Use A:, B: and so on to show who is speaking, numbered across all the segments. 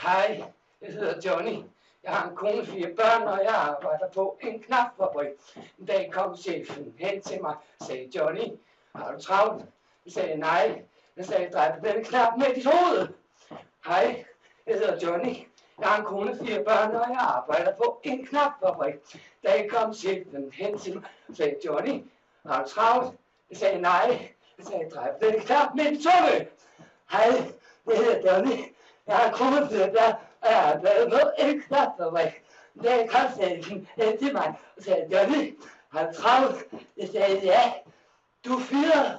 A: Hej, jeg hedder Johnny. Jeg har en kone, fire børn, og jeg arbejder på en knapfabrik. En dag kom chefen hen til mig, sagde Johnny, har du travlt? Jeg sagde nej. Jeg sagde, drej på den knap med dit hoved. Hej, jeg hedder Johnny. Jeg har en kone, fire børn, og jeg arbejder på en knapfabrik. Da kom chefen hen til mig, sagde Johnny, har du travlt? Jeg sagde nej. Jeg sagde, drej på den knap med dit tunge. Hej, jeg hedder Johnny. Jeg har en kone, fire børn, og jeg arbejder på en knapfabrik. Da kom chefen hen til mig og sagde, Johnny, har du travlt? Jeg sagde ja. Du fyrer.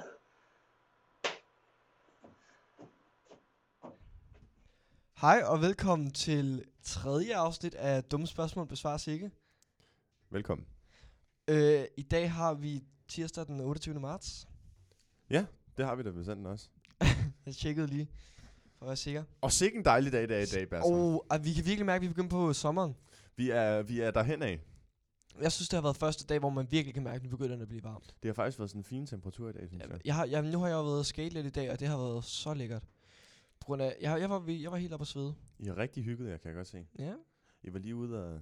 B: Hej og velkommen til tredje afsnit af Dumme Spørgsmål Besvares Ikke.
C: Velkommen.
B: Øh, I dag har vi tirsdag den 28. marts.
C: Det har vi da bestemt også.
B: Jeg tjekkede lige, for at være sikker.
C: Og sikke en dejlig dag, der er i dag, Bertram. Oh.
B: Og, og vi kan virkelig mærke, at vi er begyndt på sommeren.
C: Vi er, vi er derhen af.
B: Jeg synes, det har været første dag, hvor man virkelig kan mærke, at nu begynder det at blive varmt.
C: Det har faktisk været sådan en fin temperatur i dag, synes jeg.
B: Jeg har, jeg, nu har jeg jo været og skate lidt i dag, og det har været så lækkert. På grund af, jeg, jeg, var, ved- jeg var helt oppe at svede.
C: I er rigtig hygget, jeg kan jeg godt se.
B: Ja.
C: I var lige ude og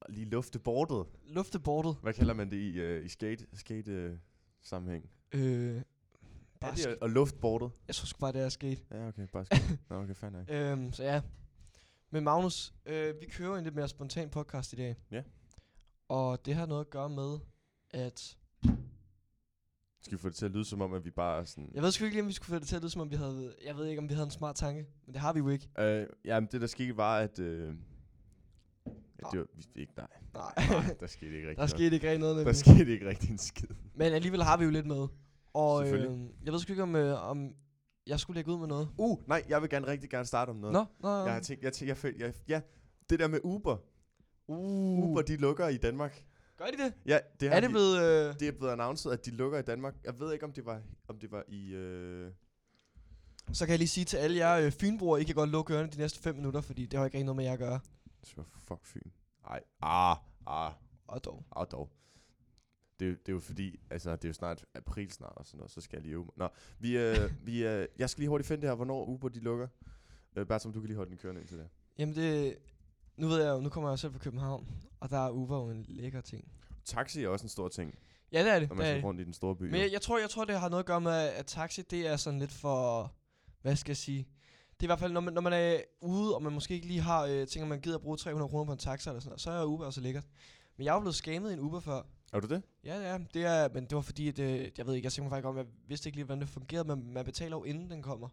C: og lige lufte bordet.
B: Luftebordet.
C: Hvad kalder man det i, øh, i skate, skate øh, sammenhæng?
B: Øh,
C: Er
B: bare
C: det
B: sk-
C: at- at lufte bordet?
B: jeg tror sgu bare, det er skate.
C: Ja, okay, bare skate. Nå, okay, fair nok.
B: Øhm, så ja. Men Magnus, øh, vi kører en lidt mere spontan podcast i dag.
C: Ja.
B: Og det har noget at gøre med, at...
C: Skal vi få det til at lyde som om, at vi bare er sådan...
B: Jeg ved sgu ikke lige, om vi skulle få det til at lyde, som om vi havde... Jeg ved ikke, om vi havde en smart tanke, men det har vi jo ikke.
C: Øh, jamen, det der skete var, at... Øh, ja, det var, vi, ikke, nej,
B: Nej.
C: nej, der skete ikke rigtig
B: Der skete ikke rigtig noget
C: noget.
B: med
C: Der skete ikke rigtig en skid.
B: Men alligevel har vi jo lidt med. Og øh,
C: Selvfølgelig.
B: jeg ved sgu ikke, om, øh, om jeg skulle lægge ud med noget.
C: Uh, nej, jeg vil gerne rigtig gerne starte om noget.
B: Nå, nå,
C: Jeg har tænkt, jeg, tænkt, jeg, føl, jeg, ja, det der med Uber.
B: uh,
C: Uber, de lukker i Danmark.
B: Gør de det?
C: Ja, det har
B: er det
C: de,
B: blevet... Øh,
C: det er blevet annonceret, at de lukker i Danmark. Jeg ved ikke, om det var, om det var i... Øh,
B: så kan jeg lige sige til alle jer øh, fynbrugere, I kan godt lukke ørerne de næste 5 minutter, fordi det har ikke rigtig noget med jer at gøre.
C: det var fuck Fyn. Nej, ah, ah,
B: Og dog.
C: ah dog. Det, er jo- det er jo fordi, altså det er jo snart april snart og sådan noget, så skal jeg lige øve mig. Nå, vi, øh, vi, øh, jeg skal lige hurtigt finde det her, hvornår Uber de lukker. Øh, bare som du kan lige holde den kørende indtil det.
B: Jamen det... Nu ved jeg jo, nu kommer jeg jo selv fra København, og der er Uber jo en lækker ting.
C: Taxi er også en stor ting,
B: Ja, det er det.
C: når
B: det
C: man
B: er
C: skal
B: det.
C: rundt i den store by.
B: Men jeg, jeg, tror, jeg tror, det har noget at gøre med, at taxi, det er sådan lidt for... Hvad skal jeg sige? Det er i hvert fald, når man, når man er ude, og man måske ikke lige har øh, tænker, man gider at bruge 300 kroner på en taxa eller sådan noget, så er Uber også lækkert. Men jeg er jo blevet skammet i en Uber før.
C: Er du det?
B: Ja, ja, det er, men det var fordi, at, øh, jeg ved ikke, jeg tænkte mig faktisk om, jeg vidste ikke lige, hvordan det fungerede, men man betaler jo inden den kommer.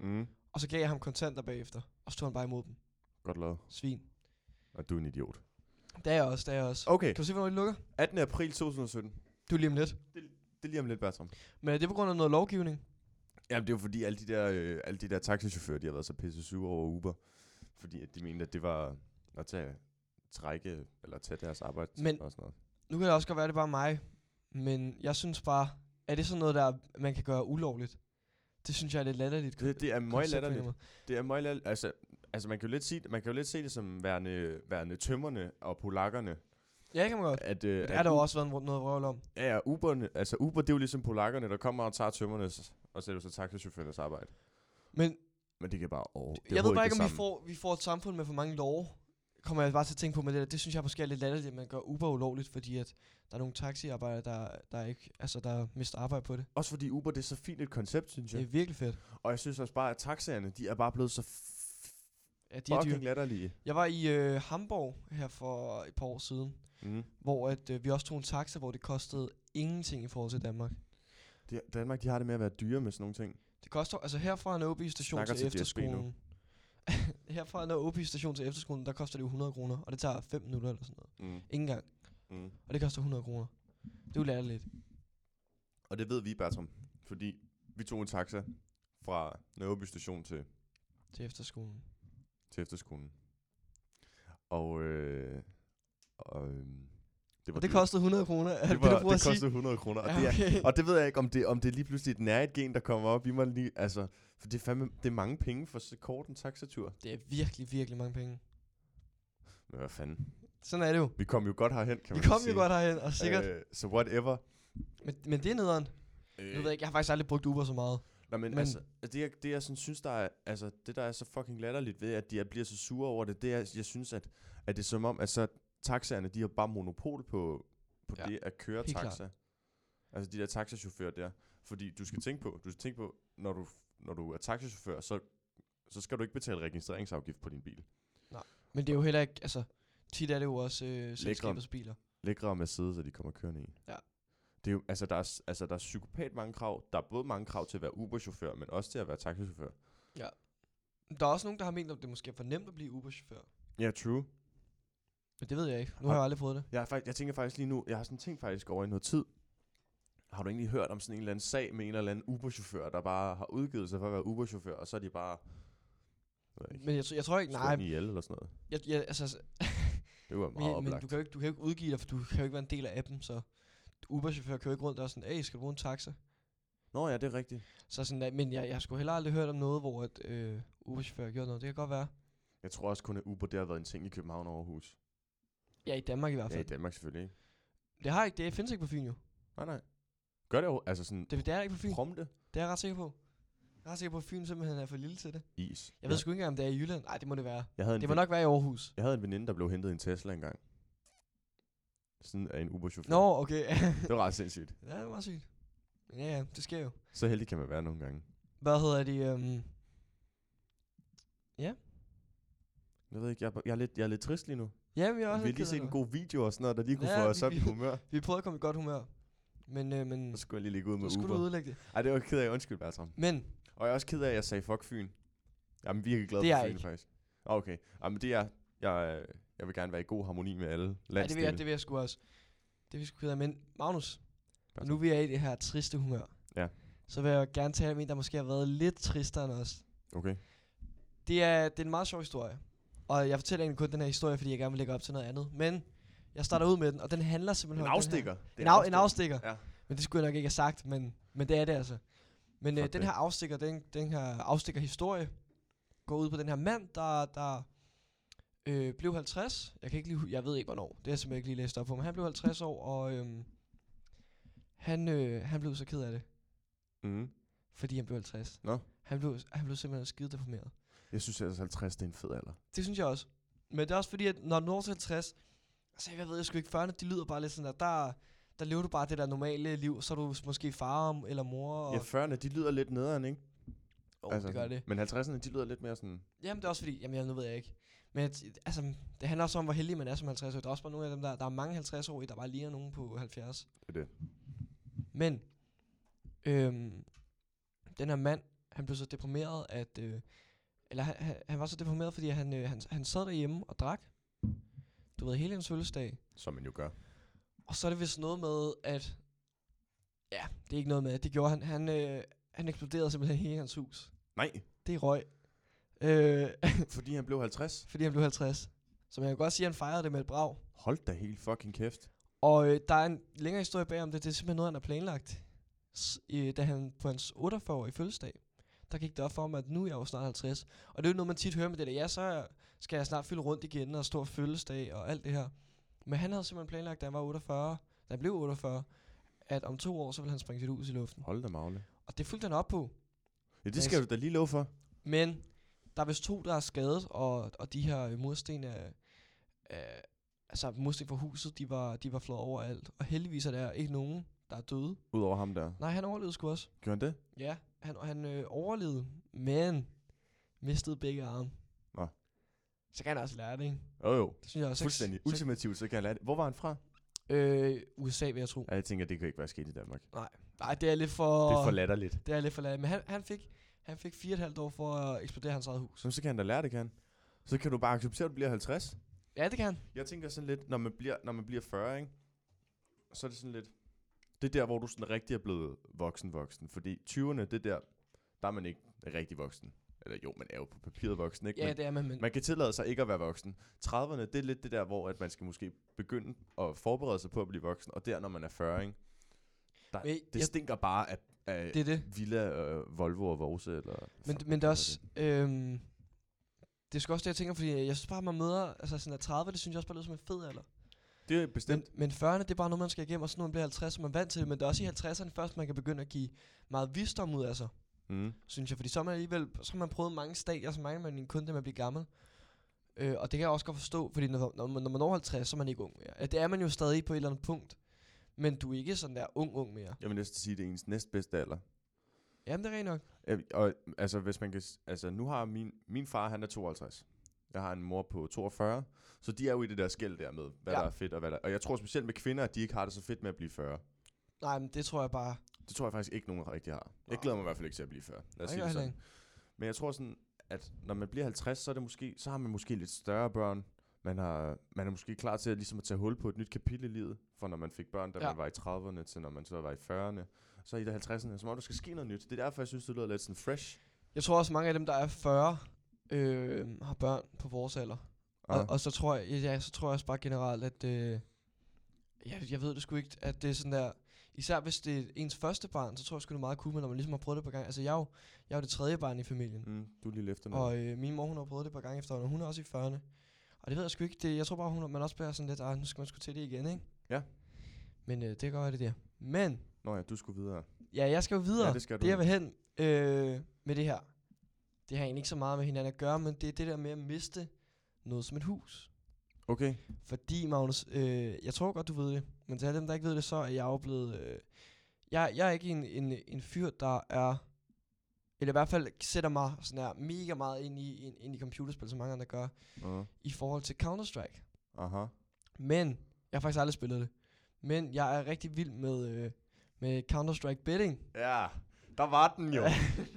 C: Mm.
B: Og så gav jeg ham kontanter bagefter, og så tog han bare imod dem.
C: Godt lavet.
B: Svin.
C: Og du er en idiot.
B: Det er jeg også, det er jeg også.
C: Okay,
B: Kan du se, hvornår de lukker?
C: 18. april 2017.
B: Du er lige om lidt.
C: Det er lige om lidt, Bertram.
B: Men er det på grund af noget lovgivning?
C: Jamen, det er jo fordi, alle de der, øh, alle de der taxichauffører, de har været så pisse sure over Uber. Fordi at de mente, at det var at tage, trække eller tage deres arbejde
B: Men-
C: og sådan noget.
B: Nu kan det også godt være, det er bare mig. Men jeg synes bare, er det sådan noget, der man kan gøre ulovligt? Det synes jeg er lidt latterligt.
C: Det, det er
B: koncept
C: meget
B: på en eller
C: latterligt.
B: anden måde.
C: Det er meget latterligt. Altså, altså man, kan jo lidt sige, man kan jo lidt se det som værende, værende tømmerne og polakkerne.
B: Ja, det kan man godt.
C: At, øh,
B: Men der
C: at
B: har der jo
C: U-
B: også været en- noget vrøvl om.
C: Ja, ja, Uberne, altså Uber, det er jo ligesom polakkerne, der kommer og tager tømmernes og sætter sig taxichaufførernes arbejde.
B: Men
C: Men det kan bare over.
B: det jeg ved bare ikke, om vi får, vi får et samfund med for mange love. Kommer jeg bare til at tænke på med det der. Det synes jeg måske er lidt latterligt, at man gør Uber ulovligt, fordi at der er nogle taxiarbejdere, der, der, ikke, altså, der mister arbejde på det.
C: Også fordi Uber, det er så fint et koncept, synes
B: Det
C: jeg.
B: er virkelig fedt.
C: Og jeg synes også bare, at taxaerne, de er bare blevet så
B: Ja, de er
C: fucking
B: dyre.
C: latterlige.
B: Jeg var i øh, Hamburg her for et par år siden.
C: Mm.
B: hvor at, øh, vi også tog en taxa, hvor det kostede ingenting i forhold til Danmark.
C: Det, Danmark, de har det med at være dyre med sådan nogle ting.
B: Det koster, altså herfra en OB station
C: Snakker
B: til, til
C: til DSB nu.
B: efterskolen. herfra en OB station til efterskolen, der koster det jo 100 kroner, og det tager 5 minutter eller sådan noget.
C: Mm.
B: Ingen gang.
C: Mm.
B: Og det koster 100 kroner. Det er jo latterligt.
C: Og det ved vi, Bertram, fordi vi tog en taxa fra Nørreby station til,
B: Til efterskolen.
C: til efterskolen. Og, øh, og øh, det
B: Og det
C: dyrt.
B: kostede 100 kroner. Er
C: det,
B: det,
C: var,
B: du prøver
C: det
B: at sige?
C: kostede 100 kroner, og,
B: Ja,
C: det er,
B: okay.
C: og det ved jeg ikke, om det, om det lige pludselig er et nærheden der kommer op i mig lige, altså, for det er, fandme, det er mange penge for så kort en taxatur.
B: Det er virkelig, virkelig mange penge.
C: Men hvad fanden,
B: Sådan er det jo.
C: vi kom jo godt herhen, kan
B: Vi
C: man
B: kom
C: sige.
B: jo godt herhen, og sikkert. Øh,
C: Øh, så whatever.
B: men, men det er nederen.
C: Øh,
B: Nu ved jeg ikke, jeg har faktisk aldrig brugt Uber så meget.
C: Nå, men,
B: Men-
C: men altså, det jeg, det jeg sådan synes, der er, altså, det der er så fucking latterligt ved, at de er, bliver så sure over det, det er, jeg synes, at, at det er som om, at så taxaerne, de har bare monopol på, på
B: Ja,
C: ja. det at køre
B: helt
C: taxa. Altså de der taxachauffører der. Fordi du skal tænke på, du skal tænke på, når du, når du er taxachauffør, så, så skal du ikke betale registreringsafgift på din bil.
B: Men det er jo heller ikke, altså, tit er det jo også øh, selskabets
C: Lækre.
B: biler.
C: lækre Mercedes, at de kommer kørende i.
B: Ja.
C: Det er jo, altså, der er, s- altså, der er psykopat mange krav. Der er både mange krav til at være Uber-chauffør, men også til at være taxichauffør.
B: Der er også nogen, der har ment, at det måske er for nemt at blive Uber-chauffør.
C: Ja, yeah, true.
B: Men det ved jeg ikke. Nu har
C: Har-
B: jeg aldrig prøvet det.
C: Jeg, er fakt, jeg tænker faktisk lige nu, jeg har sådan tænkt faktisk over i noget tid. Har du egentlig hørt om sådan en eller anden sag med en eller anden Uber-chauffør, der bare har udgivet sig for at være Uber-chauffør, og så er de bare... Jeg ved ikke,
B: Men jeg, tror- jeg tror ikke,
C: slået
B: nej.
C: den ihjel eller sådan noget.
B: Jeg, jeg, altså,
C: Det var meget
B: men, men
C: oplagt.
B: du kan jo ikke, du kan jo ikke udgive dig, for du kan jo ikke være en del af appen, så Uber-chauffør kører ikke rundt og er sådan, hey, skal du bruge en taxa?
C: Nå ja, det er rigtigt.
B: Så sådan, at- men jeg, jeg har sgu heller aldrig hørt om noget, hvor et øh, Uber-chauffør gjorde noget. Det kan godt være.
C: Jeg tror også kun, at Uber det har været en ting i København og Aarhus.
B: Ja, i Danmark i hvert
C: Ja, i
B: fald.
C: Danmark selvfølgelig ikke.
B: det har ikke, det findes ikke på Fyn jo.
C: Nej, nej. Gør det jo, altså sådan
B: Det, det er ikke på Fyn.
C: prompte
B: Det er jeg ret sikker på. Jeg er ret sikker på, at Fyn simpelthen er for lille til det.
C: is.
B: Jeg ved
C: Ja.
B: sgu ikke engang, om det er i Jylland. Nej, det må det være.
C: jeg havde en
B: Det må nok være i Aarhus.
C: Jeg havde en veninde, der blev hentet i en Tesla engang. Sådan af en Uber-chauffør.
B: Nå, okay.
C: Det var ret sindssygt.
B: ja, det var meget sygt. Men Ja, ja, det sker jo.
C: Så heldig kan man være nogle gange.
B: Hvad hedder de? Øhm,
C: Jeg ved ikke, jeg, er bare- jeg, er, lidt, jeg er lidt trist lige nu.
B: ja, vi har også
C: vi har
B: lidt ked
C: lige set
B: af
C: en
B: det.
C: god video og sådan noget, der lige kunne
B: Ja,
C: få os
B: vi-
C: op i
B: vi-
C: humør.
B: Vi prøvede at komme i godt humør. Men, øh, men
C: Så skulle jeg lige ligge ud med
B: så skulle
C: Uber.
B: du udlægge det.
C: Ej, det var jeg ked af. Undskyld, Bertram.
B: Men
C: Og jeg er også ked af, at jeg sagde fuck Fyn. Jeg er virkelig glad
B: Det er
C: for
B: jeg
C: Fyn,
B: ikke.
C: faktisk. Ah, Okay. Jamen, det er... Jeg, øh, jeg vil gerne være i god harmoni med alle
B: ja, det, vil
C: landsdele.
B: jeg, det vil jeg sgu også. Det vil jeg sgu kede af. Men Magnus,
C: Bare
B: og nu
C: sådan.
B: vi er i det her triste humør,
C: Ja.
B: så vil jeg gerne tale om en, der måske har været lidt tristere end os.
C: Okay.
B: Det er, det er en meget sjov historie. Og jeg fortæller egentlig kun den her historie, fordi jeg gerne vil lægge op til noget andet. Men jeg starter ud med den, og den handler
C: Mm. En
B: simpelthen om den her-
C: afstikker. Det er
B: En, af, en afstikker.
C: Ja.
B: Men det skulle jeg nok ikke have sagt, men, men det er det altså. Men øh,
C: Fuck
B: den
C: det.
B: her afstikker, den, den her afstikkerhistorie, går ud på den her mand, der, der øh, blev 50. Jeg kan ikke lige, hu- jeg ved ikke hvornår. Det er jeg simpelthen ikke lige læst op på, men han blev 50 år, og øhm, han, øh, han blev så ked af det,
C: Mm.
B: fordi han blev 50.
C: Nå.
B: Han blev, han blev simpelthen skide deprimeret.
C: Jeg synes altså 50, det er en fed alder.
B: Det synes jeg også. Men det er også fordi, at når du når til 50, altså jeg ved jeg sgu ikke, 40'erne, de lyder bare lidt sådan, at der, der lever du bare det der normale liv, så er du måske far eller mor. Og,
C: Ja, 40'erne, de lyder lidt nederen, ikke? Altså
B: oh, det gør det.
C: Men 50'erne, de lyder lidt mere sådan...
B: Jamen, det er også fordi, jamen, jeg, nu ved jeg ikke. Men at- altså, det handler også om, hvor heldig man er som 50 år. Der er også bare nogle af dem, der, der er mange 50 år, der bare ligner nogen på 70.
C: Det er det.
B: Men, øhm, den her mand, han blev så deprimeret, at, øh, eller han, han, han var så deprimeret, fordi han, øh, han, han sad derhjemme og drak. Du ved, hele hans fødselsdag.
C: Som man jo gør.
B: Og så er det vist noget med, at... Ja, det er ikke noget med, at det gjorde han. Han, øh, han eksploderede simpelthen hele hans hus.
C: Nej,
B: Det er røg. Øh,
C: fordi han blev 50.
B: fordi han blev 50. Så man kan godt sige, at han fejrede det med et brag.
C: Hold da helt fucking kæft.
B: Og øh, der er en længere historie bag om det. Det er simpelthen noget, han har planlagt. S- øh, da han på hans 48-årige fødselsdag, der gik det op for mig, at nu er jeg jo snart 50. Og det er jo noget, man tit hører med det der. Ja, så er- skal jeg snart fylde rundt igen og stor fødselsdag og alt det her. Men han havde simpelthen planlagt, da han var 48, da han blev 48, at om to år, så ville han springe sit hus i luften.
C: Hold da magle.
B: Og det fulgte han op på.
C: Ja, det skal
B: Yes.
C: du da lige love for.
B: Men der er vist to, der er skadet, og, og de her øh, mursten er, er, altså mursten fra huset, de var, de var flået overalt. Og heldigvis er der ikke nogen, der er døde.
C: Udover ham der.
B: Nej, han overlevede sgu også.
C: Gjorde han det?
B: Ja, han, han øh, overlevede, men mistede begge arme.
C: Nå.
B: Så kan han også lære det, ikke?
C: Jo jo.
B: Det synes jeg også.
C: Fuldstændig.
B: Så,
C: Ultimativt, så kan jeg lade det. Hvor var han fra?
B: øh, USA, vil jeg tro.
C: Ja, jeg tænker, det kan ikke være sket i Danmark.
B: Nej, det er lidt for...
C: Det er for latterligt.
B: det er lidt for ladt. Men han, han fik, han fik fire og et halvt år for at eksplodere hans eget hus.
C: Så, så kan han da lære det, kan han. Så kan du bare acceptere, at du bliver 50.
B: Ja, det kan han.
C: Jeg tænker sådan lidt, når man bliver, når man bliver 40, ikke? så er det sådan lidt... Det er der, hvor du sådan rigtig er blevet voksen-voksen. Fordi 20'erne, det er der, der er man ikke rigtig voksen. Eller jo, man er jo på papiret voksen, ikke?
B: Ja,
C: Men-
B: det er man, men...
C: Man kan tillade sig ikke at være voksen. 30'erne, det er lidt det der, hvor at man skal måske begynde at forberede sig på at blive voksen. Og der, når man er 40, ikke? Der,
B: Men
C: det
B: jeg-
C: stinker bare af, af
B: Det er det.
C: Villa, øh, Volvo og Vose. Eller,
B: Men,
C: Fuck,
B: men det er
C: hvad
B: også... Øhm, det er sgu også det, jeg tænker, fordi jeg synes bare, at man møder... Altså sådan at 30, det synes jeg også bare lyder som en fed alder.
C: Det er bestemt.
B: Men, men 40'erne, det er bare noget, man skal igennem, og så når man bliver 50, så er man vant til det. Men det er også i 50'erne først, man kan begynde at give meget visdom ud af sig.
C: Mm.
B: synes jeg. Fordi så har man alligevel så har man prøvet mange stadier, så mangler man kun det med at blive gammel. Øh, og det kan jeg også godt forstå, fordi når, når, man, når man når 50, så er man ikke ung mere. Ja, det er man jo stadig på et eller andet punkt. Men du er ikke sådan der ung, ung mere.
C: Jeg vil næsten sige, det er ens næstbedste alder.
B: Jamen, det er rent nok.
C: Ja, Og altså, hvis man kan, s- altså, nu har min, min far, han er 52. Jeg har en mor på 42. Så de er jo i det der skæld der med, hvad
B: Ja.
C: ja. der er fedt og hvad der Og jeg tror specielt med kvinder, at de ikke har det så fedt med at blive 40.
B: Nej, men det tror jeg bare.
C: Det tror jeg faktisk ikke, nogen rigtig har. Jeg
B: Nej.
C: glæder mig i hvert fald ikke til at blive 40. Lad os
B: Nej,
C: sige
B: jeg heller
C: det sådan. Men jeg tror sådan, at når man bliver 50, så, er det måske, så har man måske lidt større børn. Man, har, man er måske klar til at, ligesom at tage hul på et nyt kapitel i livet. For når man fik børn, da
B: Ja.
C: ja. man var i 30'erne, til når man så var i 40'erne. Så i de 50'erne, som om der skal ske noget nyt. Det er derfor, jeg synes, det lyder lidt sådan fresh.
B: Jeg tror også, mange af dem, der er 40, øh, har børn på vores alder. Ja. Og, og så tror jeg, ja, så tror jeg også bare generelt, at øh, jeg, jeg ved det sgu ikke, at det er sådan der, især hvis det er ens første barn, så tror jeg sgu det er meget cool, men når man ligesom har prøvet det på gang. Altså jeg er jo, jeg er jo det tredje barn i familien,
C: Mm, du er lige efter
B: mm. og øh, min mor hun har prøvet det på gang efter, og hun er også i 40'erne. Og det ved jeg sgu ikke, det, jeg tror bare, hun, man også bliver sådan lidt, ah, nu skal man sgu til det igen, ikke?
C: Ja.
B: Men øh, det kan godt være det der. Men,
C: Nå ja, du skulle videre.
B: ja, jeg skal jo videre.
C: Ja, det skal du.
B: Det jeg vil hen øh, med det her, det har egentlig ikke så meget med hinanden at gøre, men det er det der med at miste noget som et hus.
C: Okay.
B: Fordi, Magnus, øh, jeg tror godt, du ved det, men til alle dem, der ikke ved det, så er jeg jo blevet... Øh, jeg, jeg er ikke en, en, en fyr, der er... Eller i hvert fald sætter mig sådan her mega meget ind i, ind, ind i computerspil, som mange andre gør,
C: Uh,
B: i forhold til Counter-Strike.
C: aha.
B: Men, jeg har faktisk aldrig spillet det. Men jeg er rigtig vild med, øh, med Counter-Strike betting.
C: Ja, der var den jo.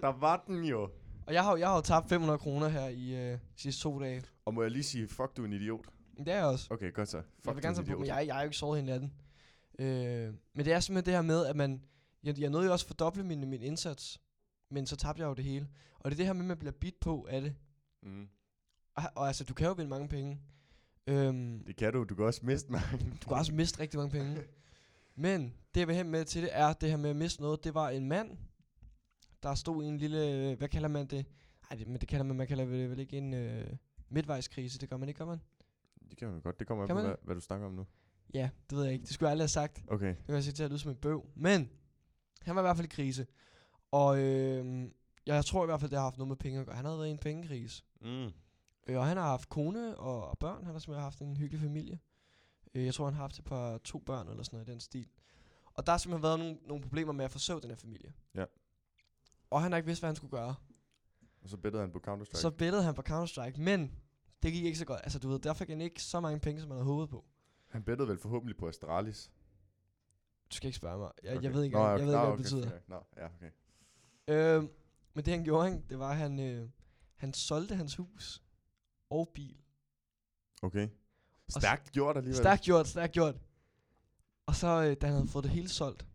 C: der var den jo.
B: Og jeg har, jo- jeg har jo tabt 500 kroner her i øh, sidste to dage.
C: Og må jeg lige sige, fuck, du er en idiot.
B: Men det er jeg også.
C: Okay, godt så. Fuck,
B: Fuck jeg vil gerne
C: du
B: tage
C: er en
B: på,
C: idiot.
B: men jeg, jeg er jo ikke sovet hele natten. Øh, men det er simpelthen det her med, at man... Jeg, jeg nåede jo også at fordoble min, min indsats, men så tabte jeg jo det hele. Og det er det her med, at man bliver bidt på af det.
C: Mm.
B: Og, og altså, du kan jo vinde mange penge. Øhm,
C: Det kan du. Du kan også miste mig.
B: du kan også miste rigtig mange penge. Men det, jeg vil hen med til det, er det her med at miste noget. Det var en mand, der stod i en lille... øh, Hvad kalder man det? Nej, det, men det kalder man, man kalder det vel ikke en øh, midtvejskrise. Det gør man ikke, gør man?
C: det kan man godt. Det kommer an
B: Kan
C: på,
B: man
C: hvad, hvad, du snakker om nu.
B: Ja, det ved jeg ikke. Det skulle jeg aldrig have sagt.
C: Okay.
B: Det kan jeg sige til at lyde som en bøv. Men han var i hvert fald i krise. Og øh, jeg tror i hvert fald, det har haft noget med penge at gøre. Han havde været i en pengekrise.
C: Mm.
B: Øh, og han har haft kone og, og børn. Han har simpelthen haft en hyggelig familie. Øh, jeg tror, han har haft et par to børn eller sådan noget i den stil. Og der har simpelthen været nogle, nogle problemer med at forsøge den her familie.
C: Ja.
B: Og han har ikke vidst, hvad han skulle gøre.
C: Og så bedte han på Counter-Strike.
B: Så bettede han på Counter-Strike, men det gik ikke så godt. Altså, du ved, der fik han ikke så mange penge, som han havde håbet på.
C: Han bettede vel forhåbentlig på Astralis.
B: Du skal ikke spørge mig. Jeg, okay.
C: Okay.
B: jeg ved ikke,
C: Nå,
B: jeg, jeg ved ikke hvad
C: nå,
B: det betyder.
C: fair. Nå, ja, okay.
B: Øh, men det han gjorde, han, det var, at han, øh, han solgte hans hus og bil.
C: Okay.
B: så-
C: Stærkt gjort alligevel.
B: Stærkt gjort, stærkt gjort. Og så, øh, da han havde fået det hele solgt,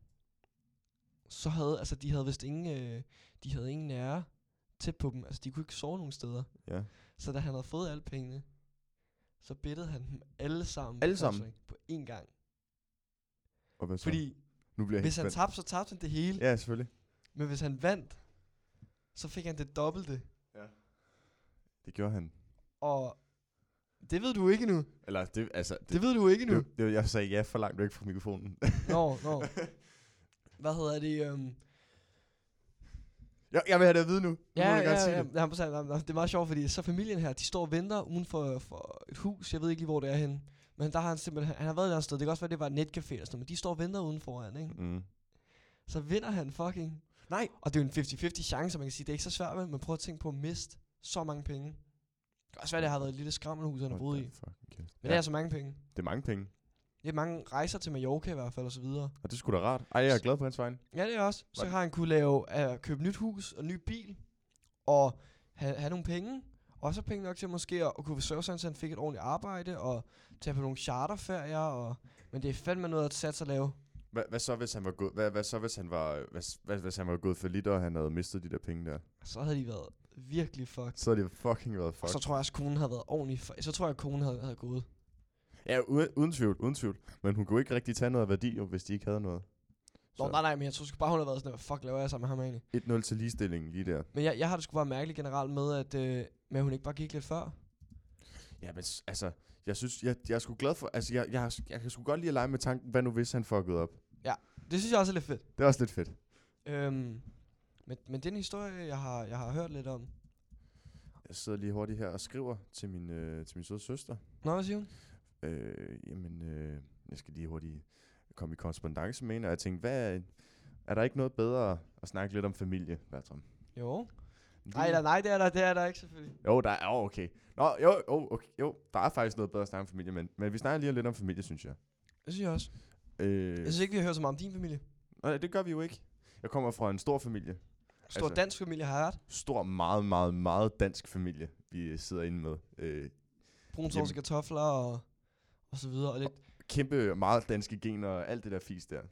B: så havde, altså de havde vist ingen, øh, de havde ingen nære tæt på dem. Altså de kunne ikke sove nogen steder.
C: Ja.
B: Så da han havde fået alle pengene, så bittede han dem alle sammen.
C: Alle
B: på
C: sammen?
B: Counter-Strike På én gang.
C: Og hvad så?
B: Fordi
C: nu bliver jeg
B: hvis
C: helt
B: han
C: spændt.
B: tabte, så tabte han det hele.
C: Ja, selvfølgelig.
B: Men hvis han vandt, så fik han det dobbelte.
C: Det gjorde han.
B: Og det ved du ikke nu.
C: Eller, det, altså... Det,
B: Det ved du ikke nu.
C: det, det, jeg sagde ja for langt væk fra mikrofonen.
B: Nå, nå. Hvad hedder
C: øhm,
B: det? Um,
C: jeg, jeg vil have det at vide nu. nu
B: ja,
C: må
B: ja,
C: du gerne sige
B: ja, ja,
C: det.
B: nej, men så- nej, nej, det er meget sjovt, fordi så familien her, de står og venter uden for, for et hus. Jeg ved ikke lige, hvor det er henne. Men der har han simpelthen, han har været et eller andet sted. Det kan også være, det var et netcafé eller sådan noget, men de står og venter uden foran, ikke?
C: Mm.
B: Så vinder han fucking.
C: Nej.
B: Og det er jo en 50-50 chance, og man kan sige, det er ikke så svært, vel? men prøv at tænke på at miste så mange penge. Det kan også være, det har været et lille skrammelhus, han har boet i. Men
C: ja.
B: det er altså mange penge.
C: det er mange penge.
B: Det er mange rejser til Mallorca i hvert fald, og så videre.
C: Og det skulle da rart. Ej, jeg er glad på hans vegne.
B: Ja, det er også. Så
C: Hvordan-
B: har han kunne lave at købe nyt hus og ny bil, og have, have nogle penge, og så penge nok til måske at, at kunne forsørge sig, så han fik et ordentligt arbejde, og tage på nogle charterferier, og, men det er fandme noget at satse at lave.
C: Hvad, hvad så hvis han var gået? Hvad, hvad så hvis han var? Hvad, s- hvad, hvis han var gået for lidt og han havde mistet de der penge der?
B: Så havde de været virkelig fucked.
C: Så havde det fucking været
B: Og
C: fuck.
B: så tror jeg også, konen havde været ordentlig. fu- Så tror jeg, konen havde, havde gået.
C: Ja, uden, uden tvivl, uden tvivl. Men hun kunne ikke rigtig tage noget af værdi, jo, hvis de ikke havde noget.
B: Nå, nej, nej, men jeg tror sgu bare, hun havde været sådan, hvad fuck laver jeg sammen med ham egentlig?
C: 1-0 til ligestillingen lige der.
B: Men jeg, jeg har det sgu bare mærkeligt generelt med, at, øh, med, at hun ikke bare gik lidt før.
C: Ja, men s- altså, jeg synes, jeg, jeg er sgu glad for, altså, jeg, jeg, jeg, jeg kan sgu godt lide at lege med tanken, hvad nu hvis han fuckede op.
B: Det synes jeg også er lidt fedt.
C: Det er også lidt fedt.
B: Øhm, Men, men det er en historie, jeg har, jeg har hørt lidt om.
C: Jeg sidder lige hurtigt her og skriver til min, øh, til min søde søster.
B: Nå, hvad siger hun?
C: Øh, jamen, øh, jeg skal lige hurtigt komme i korrespondence med hende, og jeg tænkte, hvad er, er der ikke noget bedre at snakke lidt om familie, Bertram?
B: Jo.
C: Lige-
B: Nej, nej, nej, det er der, det er der ikke selvfølgelig.
C: Jo, der er, oh, okay. Nå, jo, jo, okay, jo, der er faktisk noget bedre at snakke om familie, men, men vi snakker lige lidt om familie, synes jeg.
B: Det synes jeg også.
C: Øh,
B: Jeg synes ikke, vi har hørt så meget om din familie.
C: nej, det gør vi jo ikke. Jeg kommer fra en stor familie.
B: Stor
C: Altså-
B: altså. dansk familie har jeg hørt.
C: Stor, meget, meget, meget dansk familie, vi sidder inde med. Øh,
B: Brun sovs og
C: Jamen.
B: kartofler og, og så videre. Og lidt,
C: kæmpe, meget danske gener og alt det der fis der.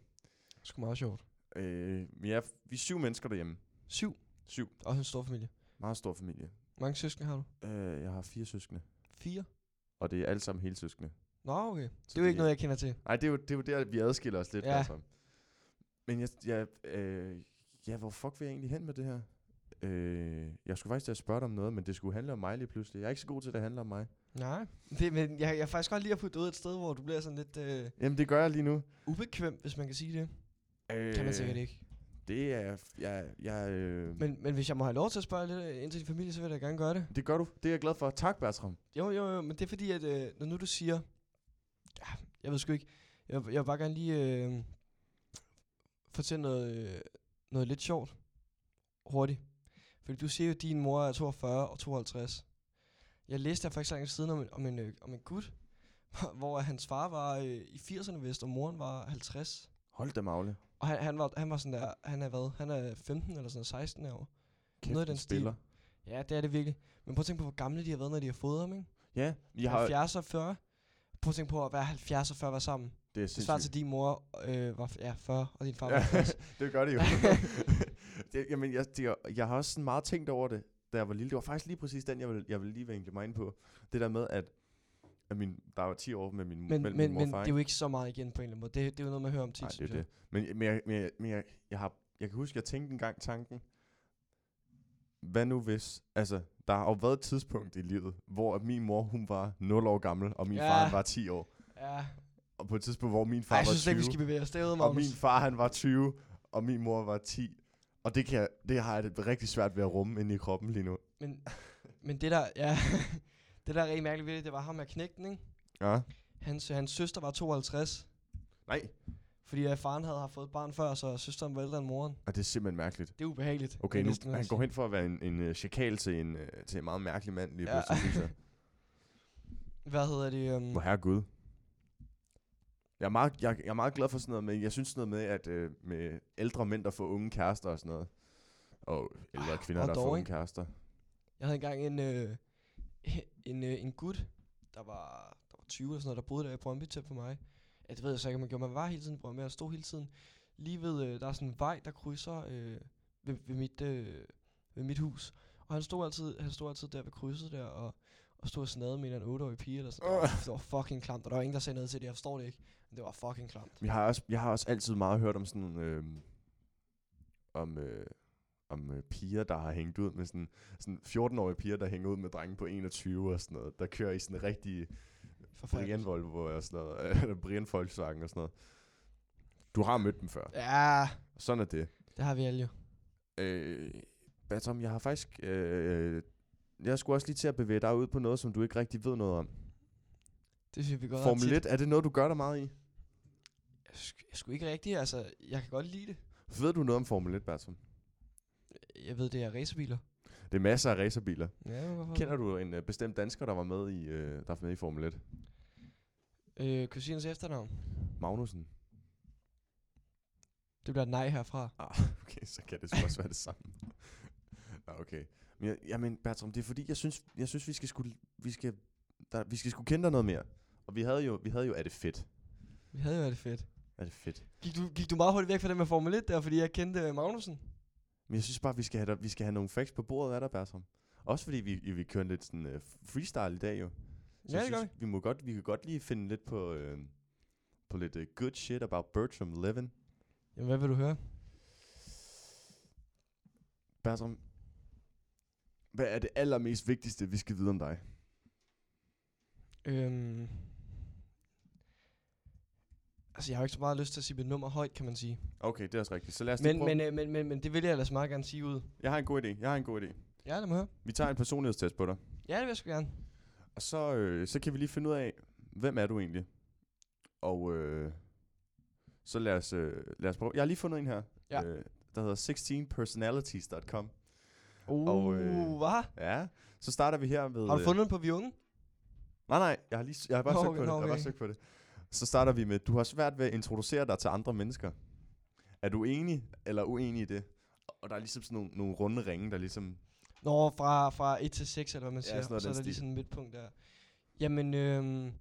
B: sgu meget sjovt.
C: Øh, vi, er, vi er syv mennesker derhjemme.
B: Syv.
C: Syv.
B: Også en stor familie.
C: Meget stor familie.
B: Hvor mange søskende har du?
C: Øh, jeg har fire søskende.
B: Fire.
C: Og det er alle sammen hele søskende.
B: Nå, okay.
C: Så
B: Det er jo
C: det-
B: ikke noget, jeg kender til.
C: Nej, det er jo, det er jo der, vi adskiller os lidt.
B: Ja.
C: Altså. Men jeg, jeg, øh, ja, hvor fuck vil jeg egentlig hen med det her? Øh, jeg skulle faktisk til at spørge dig om noget, men det skulle handle om mig lige pludselig. Jeg er ikke så god til, at det handler om mig.
B: Nej. Det, men jeg, jeg er faktisk godt lige at putte ud et sted, hvor du bliver sådan lidt øh,
C: Jamen, det gør jeg lige nu.
B: ubekvem, hvis man kan sige det.
C: Øh,
B: Øh. Kan man sikkert ikke.
C: Det er... Jeg, jeg, øh, men
B: Men, men hvis jeg må have lov til at spørge lidt øh, ind til din familie, så vil jeg da gerne gøre det.
C: det gør du. Det er jeg glad for. Tak, Bertram.
B: Jo, jo, jo, men det er fordi, at øh, når nu du siger, ja, jeg ved sgu ikke, jeg, jeg vil bare gerne lige øh, fortælle noget, øh, noget lidt sjovt, hurtigt. Fordi du siger jo, at din mor er 42 og 52. Jeg læste her for ikke så lang tid siden om en, om en, øh, om en gut, hvor hans far var øh, i 80'erne vist, og moren var 50.
C: Hold da, Magle.
B: Og han, han, var, han var sådan der, han er hvad, han er 15 eller sådan noget, 16 år.
C: Kæft,
B: Noget i den
C: en spiller.
B: Ja, det er det virkelig. Men prøv at tænke på, hvor gamle de har været, når de har fået ham, ikke?
C: Ja, jeg har...
B: 70 og 40. Prøv at tænke på at være 70 og 40 var sammen.
C: Det er
B: Det svarer til,
C: sindssygt.
B: at din mor øh, var f- ja, 40, og din far var
C: Ja.
B: 50.
C: Det gør det jo. det, jamen, jeg, det, jeg har også sådan meget tænkt over det, da jeg var lille. Det var faktisk lige præcis den, jeg ville, jeg ville lige vinkle mig ind på. Det der med, at, at min, der var 10 år med min,
B: Men,
C: mellem
B: men,
C: min mor
B: men
C: og far.
B: det er jo ikke så meget igen på en eller anden måde. Det, det er jo noget, man hører om tit,
C: Nej, det er
B: synes jeg.
C: det. Men, men, jeg, men, jeg, men jeg, jeg, har, jeg kan huske, jeg tænkte engang tanken, hvad nu hvis, altså, der har jo været et tidspunkt i livet, hvor at min mor, hun var 0 år gammel, og min ja.
B: Ja.
C: far, han var 10 år.
B: Ja.
C: Og på et tidspunkt, hvor min far
B: Ej, jeg
C: var
B: synes
C: 20.
B: ikke, vi skal bevæge os derud,
C: Og
B: Magnus.
C: min far, han var 20, og min mor var 10. Og det, kan jeg, det har jeg det rigtig svært ved at rumme inde i kroppen lige nu.
B: Men, men det der, ja, det der er rigtig mærkeligt ved det, det var ham med knægten, ikke?
C: Ja.
B: Hans, øh, hans søster var 52,
C: Nej.
B: fordi øh, faren havde haft fået et barn før, så søsteren var ældre end moren.
C: Og det er simpelthen mærkeligt.
B: Det er ubehageligt. vil
C: Okay,
B: jeg
C: nu,
B: næsten
C: han
B: også
C: går
B: sige.
C: hen for at være en, en uh, chakal til en, uh, til en meget mærkelig mand lige
B: Ja.
C: pludselig, synes jeg.
B: Hvad hedder det? Um,
C: Hvor herre Gud. Jeg er, meget, jeg, jeg er meget glad for sådan noget med, jeg synes sådan noget med, at øh, med ældre mænd, der får unge kærester og sådan noget. Og ældre
B: Ah,
C: kvinder,
B: og
C: der får
B: dog,
C: unge
B: ikke?
C: kærester.
B: jeg havde engang en, øh, en, øh, en gut, der var, der var 20 eller sådan noget, der boede der i Brøndby tæt på mig. Ja, det ved jeg så ikke, om man gjorde. Man var hele tiden i Brøndby, og jeg stod hele tiden lige ved, øh, der er sådan en vej, der krydser øh, ved, ved, mit, øh, ved mit hus. Og han stod altid, han stod altid der ved krydset der, og, og stod og snadede med en eller anden 8-årig pige eller sådan noget. Det var fucking klamt, og der var ingen, der sagde noget til det. Jeg forstår det ikke, men det var fucking klamt.
C: Jeg har, også, jeg har også altid meget hørt om sådan øh, om, øh, om øh, piger, der har hængt ud med sådan, sådan 14-årige piger, der hænger ud med drenge på 21 og sådan noget, der kører i sådan rigtig Brian
B: Forfærdeligt.
C: Volvo og sådan noget, eller Brian Volkswagen og sådan noget. Du har mødt dem før.
B: Ja,
C: Sådan er det.
B: det har vi alle jo.
C: Øh, Batom, jeg har faktisk... Øh, jeg skulle også lige til at bevæge dig ud på noget, som du ikke rigtig ved noget om.
B: Det synes jeg, vi går ret
C: Formel
B: tit.
C: 1, er det noget, du gør dig meget i?
B: Jeg sk- jeg skulle ikke rigtigt, altså, jeg kan godt lide det.
C: Ved du noget om Formel 1, Batom?
B: Jeg ved, det er racerbiler.
C: Det er masser af racerbiler.
B: Ja, hvorfor?
C: Kender du en øh, bestemt dansker, der var med i, øh, der var med i Formel 1?
B: Øh, kusinens efternavn.
C: Magnussen.
B: Det bliver et nej herfra.
C: Okay, så kan det sgu også være det samme. Nå, okay. Men jeg, jamen, Bertram, det er fordi, jeg synes, jeg synes vi skal skulle, vi skal, der, vi skal skulle kende dig noget mere. Og vi havde jo, vi havde jo, er det fedt?
B: Vi havde jo været fedt.
C: Er det fedt?
B: Gik du, gik du meget hurtigt væk fra det med Formel 1 der, fordi jeg kendte øh, Magnussen?
C: Men jeg synes bare, vi skal have, der, vi skal have nogle facts på bordet, er der, Bertram? Også fordi vi, vi kører lidt sådan øh, freestyle i dag jo.
B: Ja,
C: Så jeg
B: det gør
C: synes, vi. Må godt, vi kan godt lige finde lidt på, øh, på lidt øh, good shit about Bertram Levin.
B: Jamen, hvad vil du høre?
C: Bertram, hvad er det allermest vigtigste, vi skal vide om dig?
B: Øhm... Altså, jeg har jo ikke så meget lyst til at sige mit nummer højt, kan man sige.
C: Okay, Altså, det er også rigtigt. Så lad os lige
B: Men,
C: prøve.
B: men, øh, men, men, men det vil jeg ellers meget gerne sige ud.
C: Jeg har en god idé. Jeg har en god idé.
B: Ja, lad mig høre.
C: Vi tager en personlighedstest på dig.
B: Ja, det vil jeg sgu gerne.
C: Og så, øh, så kan vi lige finde ud af, hvem er du egentlig? Og øh, så lad os, øh, lad os prøve. Jeg har lige fundet en her,
B: Ja.
C: øh, der hedder 16personalities.com.
B: Uh,
C: Og,
B: og,
C: øh,
B: øh, hvad?
C: Ja, så starter vi her med...
B: Har du
C: øh,
B: fundet den på Vi Unge?
C: Nej, nej, jeg har, lige, jeg har bare
B: Nå,
C: søgt
B: okay,
C: på det.
B: nå,
C: Jeg har bare
B: okay.
C: søgt på det. Så starter vi med, du har svært ved at introducere dig til andre mennesker. Er du enig eller uenig i det? Og der er ligesom sådan nogle, nogle runde ringe, der ligesom...
B: Nå, fra, fra 1 til 6, eller hvad man
C: Ja,
B: siger.
C: sådan noget
B: så
C: af
B: er
C: den
B: der lige
C: stil.
B: sådan en midtpunkt der. Jamen, øhm,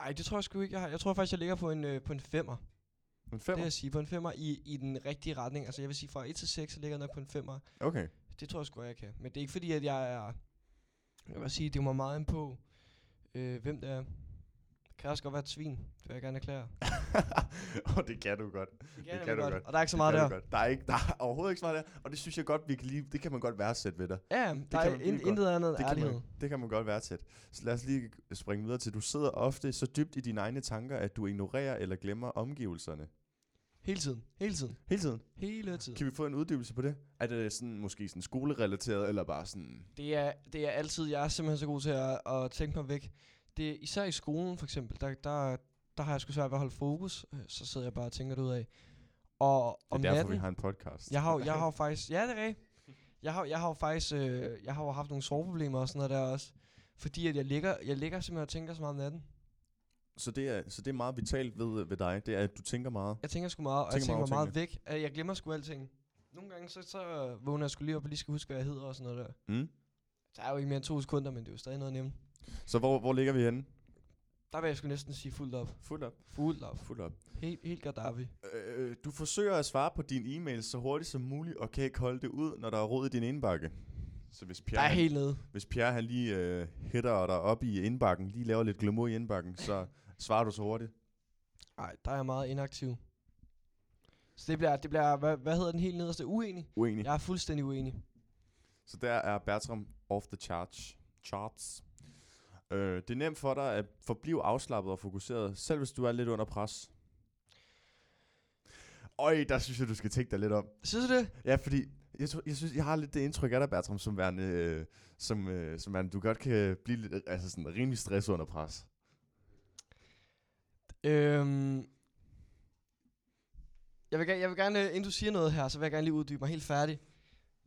B: ej, det tror jeg sgu ikke, jeg har. Jeg tror faktisk, jeg ligger på en, øh, på en femmer.
C: En
B: Det vil
C: femmer?
B: jeg sige, på en femmer i, i den rigtige retning. Altså, jeg vil sige, fra 1 til 6, så ligger jeg nok på en femmer.
C: Okay.
B: Det tror jeg sgu, jeg kan. Men det er ikke fordi, at jeg er... Jeg vil sige, det var meget ind på, øh, hvem det er. Det kan også godt være et svin, det vil jeg gerne erklære.
C: og det kan du godt.
B: Det
C: kan nemlig du godt, godt.
B: Og der er ikke så
C: Det
B: meget
C: kan
B: der.
C: du Godt. Der er ikke, der er overhovedet ikke så meget der. Og det synes jeg godt, vi kan lige, det kan man godt værdsætte ved dig.
B: Ja, der
C: kan
B: er
C: man
B: in,
C: virkelig godt.
B: intet andet
C: Det
B: end
C: kan,
B: ærlighed.
C: man, det kan man godt værdsætte. Så lad os lige springe videre til, du sidder ofte så dybt i dine egne tanker, at du ignorerer eller glemmer omgivelserne.
B: Hele tiden. Hele tiden.
C: Hele tiden.
B: Hele tiden.
C: Kan vi få en uddybelse på det? Er det sådan, måske sådan skolerelateret, eller bare sådan...
B: Det er, det er altid, jeg er simpelthen så god til at, at tænke mig væk. Det er især i skolen for eksempel, der, der, der har jeg sgu svært ved at holde fokus, øh, så sidder jeg bare og tænker det ud af. Og
C: Det er
B: om
C: derfor,
B: natten,
C: vi har en podcast.
B: jeg har, jo- jeg har jo faktisk, ja det er rigtigt. Jeg har, jeg har jo faktisk, øh, jeg har jo haft nogle soveproblemer og sådan noget der også. Fordi at jeg ligger, jeg ligger simpelthen og tænker så meget om natten.
C: Så, det er, så det er meget vitalt ved, ved dig, det er, at du tænker meget.
B: Jeg tænker sgu meget, og jeg
C: Tænker
B: tænker mig
C: meget over
B: meget væk. Øh, Jeg glemmer sgu alting. Nogle gange så, så øh, vågner jeg sgu lige op og lige skal huske, hvad jeg hedder og sådan noget der.
C: Mm.
B: Der er jo ikke mere end to sekunder, men det er jo stadig noget nemt.
C: Så hvor, hvor ligger vi henne?
B: Der vil jeg sgu næsten sige fuldt op.
C: Fuld op.
B: Fuldt op.
C: Fuld op.
B: Helt, helt Gaddafi.
C: Øh, du forsøger at svare på din e-mail så hurtigt som muligt, og kan ikke holde det ud, når der er rod i din indbakke. Så hvis
B: Der
C: Pierre,
B: er
C: han-
B: helt nede.
C: Hvis Pierre han lige øh, hitter dig op i indbakken, lige laver lidt glamour i indbakken, så svarer du så hurtigt.
B: Nej, der er jeg meget inaktiv. Så det bliver, det bliver hvad, hvad hedder den helt nederste? Uenig?
C: Uenig. Ja.
B: Jeg er fuldstændig uenig.
C: Så der er Bertram off the charge. charts. Øh, det er nemt for dig at forblive afslappet og fokuseret, selv hvis du er lidt under pres. Øj, der synes jeg, du skal tænke dig lidt om.
B: Synes du det?
C: Ja, fordi jeg, tror, jeg synes, jeg har lidt det indtryk af dig, Bertram, som værende, øh, som, øh, som værende, du godt kan blive lidt, øh, altså sådan rimelig stresset under pres.
B: Øhm, jeg vil, gerne- jeg vil gerne, øh, inden du siger noget her, så vil jeg gerne lige uddybe mig helt færdig.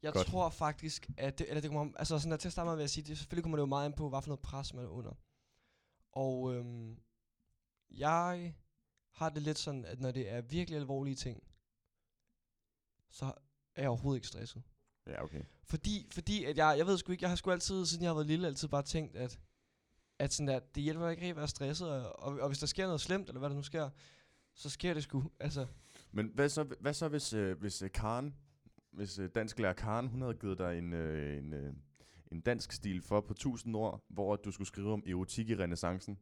B: Jeg
C: Godt.
B: Godt. tror faktisk, at det, eller det kommer, altså sådan der, til at starte med vil jeg sige, det, selvfølgelig kommer det jo meget ind på, hvad for noget pres man er under. Og øhm, jeg har det lidt sådan, at når det er virkelig alvorlige ting, så er jeg overhovedet ikke stresset.
C: Ja, okay.
B: Fordi, fordi at jeg, jeg ved sgu ikke, jeg har sgu altid, siden jeg har været lille, altid bare tænkt, at, at sådan der, det hjælper ikke rigtig at være stresset, og, og, og hvis der sker noget slemt, eller hvad der nu sker, så sker det sgu. Altså,
C: Men hvad så, hvad så hvis, øh, hvis øh, Karen, hvis øh, dansklærer Karen, hun havde givet dig en, øh, en, øh, en dansk stil for på 1000 ord, hvor at du skulle skrive om erotik i renaissancen?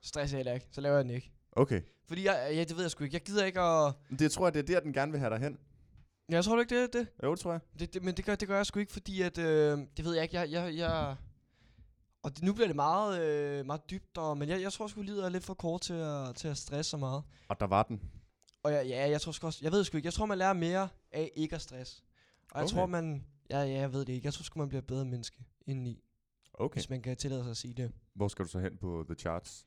B: stress jeg heller ikke, så laver jeg den ikke.
C: Okay.
B: Fordi jeg, ja, det ved jeg sgu ikke, jeg gider ikke at...
C: Men Det tror jeg, det er der, den gerne vil have dig hen.
B: Ja, Jeg tror du ikke, det er det?
C: Jo, det tror jeg.
B: det, det men det gør, det gør jeg sgu ikke, fordi at... Øh, det ved jeg ikke, jeg... jeg, jeg og det, nu bliver det meget, øh, meget dybt, og, men jeg, jeg tror sgu, livet er lidt for kort til at, til at stresse så meget.
C: Og der var den.
B: Og jeg, ja, jeg tror sgu også, jeg ved sgu ikke, jeg tror, man lærer mere af ikke at stress. Og jeg
C: Okay.
B: tror, man, ja, ja, jeg ved det ikke, jeg tror sgu, man bliver et bedre menneske indeni, okay.
C: Okay.
B: hvis man kan tillade sig at sige det.
C: Hvor skal du så hen på The Charts?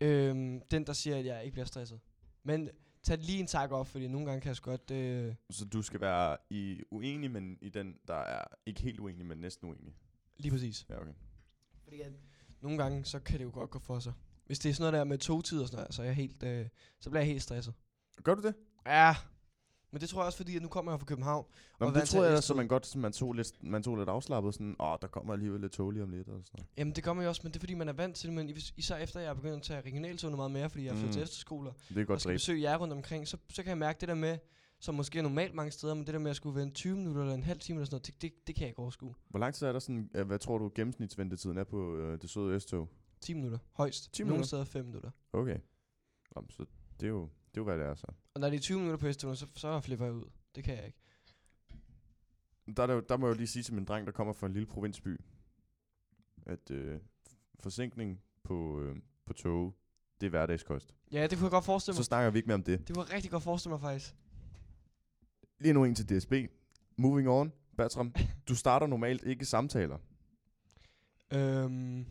B: Øhm, den, der siger, at jeg ikke bliver stresset. Men tag lige en tak op, fordi nogle gange kan jeg sgu godt, øh,
C: Så du skal være i uenig, men i den, der er ikke helt uenig, men næsten uenig.
B: lige præcis.
C: Ja, okay.
B: Fordi at nogle gange, så kan det jo godt gå for sig. Hvis det er sådan noget der med to tider, og sådan noget, så, er jeg helt, øh, så bliver jeg helt stresset.
C: Gør du det?
B: Ja, men det tror jeg også, fordi at nu kommer jeg fra København.
C: Nå, men
B: hvad
C: det tror jeg,
B: tager
C: da, så
B: S-toget?
C: man godt sådan, man tog, lidt, man tog lidt afslappet, sådan, åh, der kommer alligevel lidt tålige om lidt, og sådan noget.
B: Jamen det gør man jo også, men det er fordi, man er vant til det. Men is- især efter, at jeg er begyndt at tage regionaltogene meget mere, fordi jeg er flyttet
C: Mm.
B: til efterskoler,
C: Det er
B: og
C: godt
B: skal
C: dræb.
B: besøge jer rundt omkring, så, så kan jeg mærke det der med, som måske er normalt mange steder, men det der med at skulle vente 20 minutter eller en halv time eller sådan noget, det, det, det kan jeg ikke overskue.
C: Hvor lang tid er der sådan, øh, hvad tror du gennemsnitsventetiden er på øh, det søde S-tog?
B: 10 minutter, højst.
C: 10
B: Nogle
C: minutter?
B: steder 5 minutter.
C: Okay. Jamen, så det er jo, det er jo hvad det er så.
B: Og når det er 20 minutter på hesteturen, så, så flipper jeg ud. Det kan jeg ikke.
C: Der, er der, jo- der må jeg jo lige sige til min dreng, der kommer fra en lille provinsby, at øh, forsinkning på, øh, på tog, det er hverdagskost.
B: Ja, det kunne jeg godt forestille
C: Så
B: mig.
C: snakker vi ikke mere om det.
B: Det kunne jeg rigtig godt forestille mig, faktisk.
C: Lige nu en til DSB. Moving on. Bertram, du starter normalt ikke samtaler.
B: Øhm,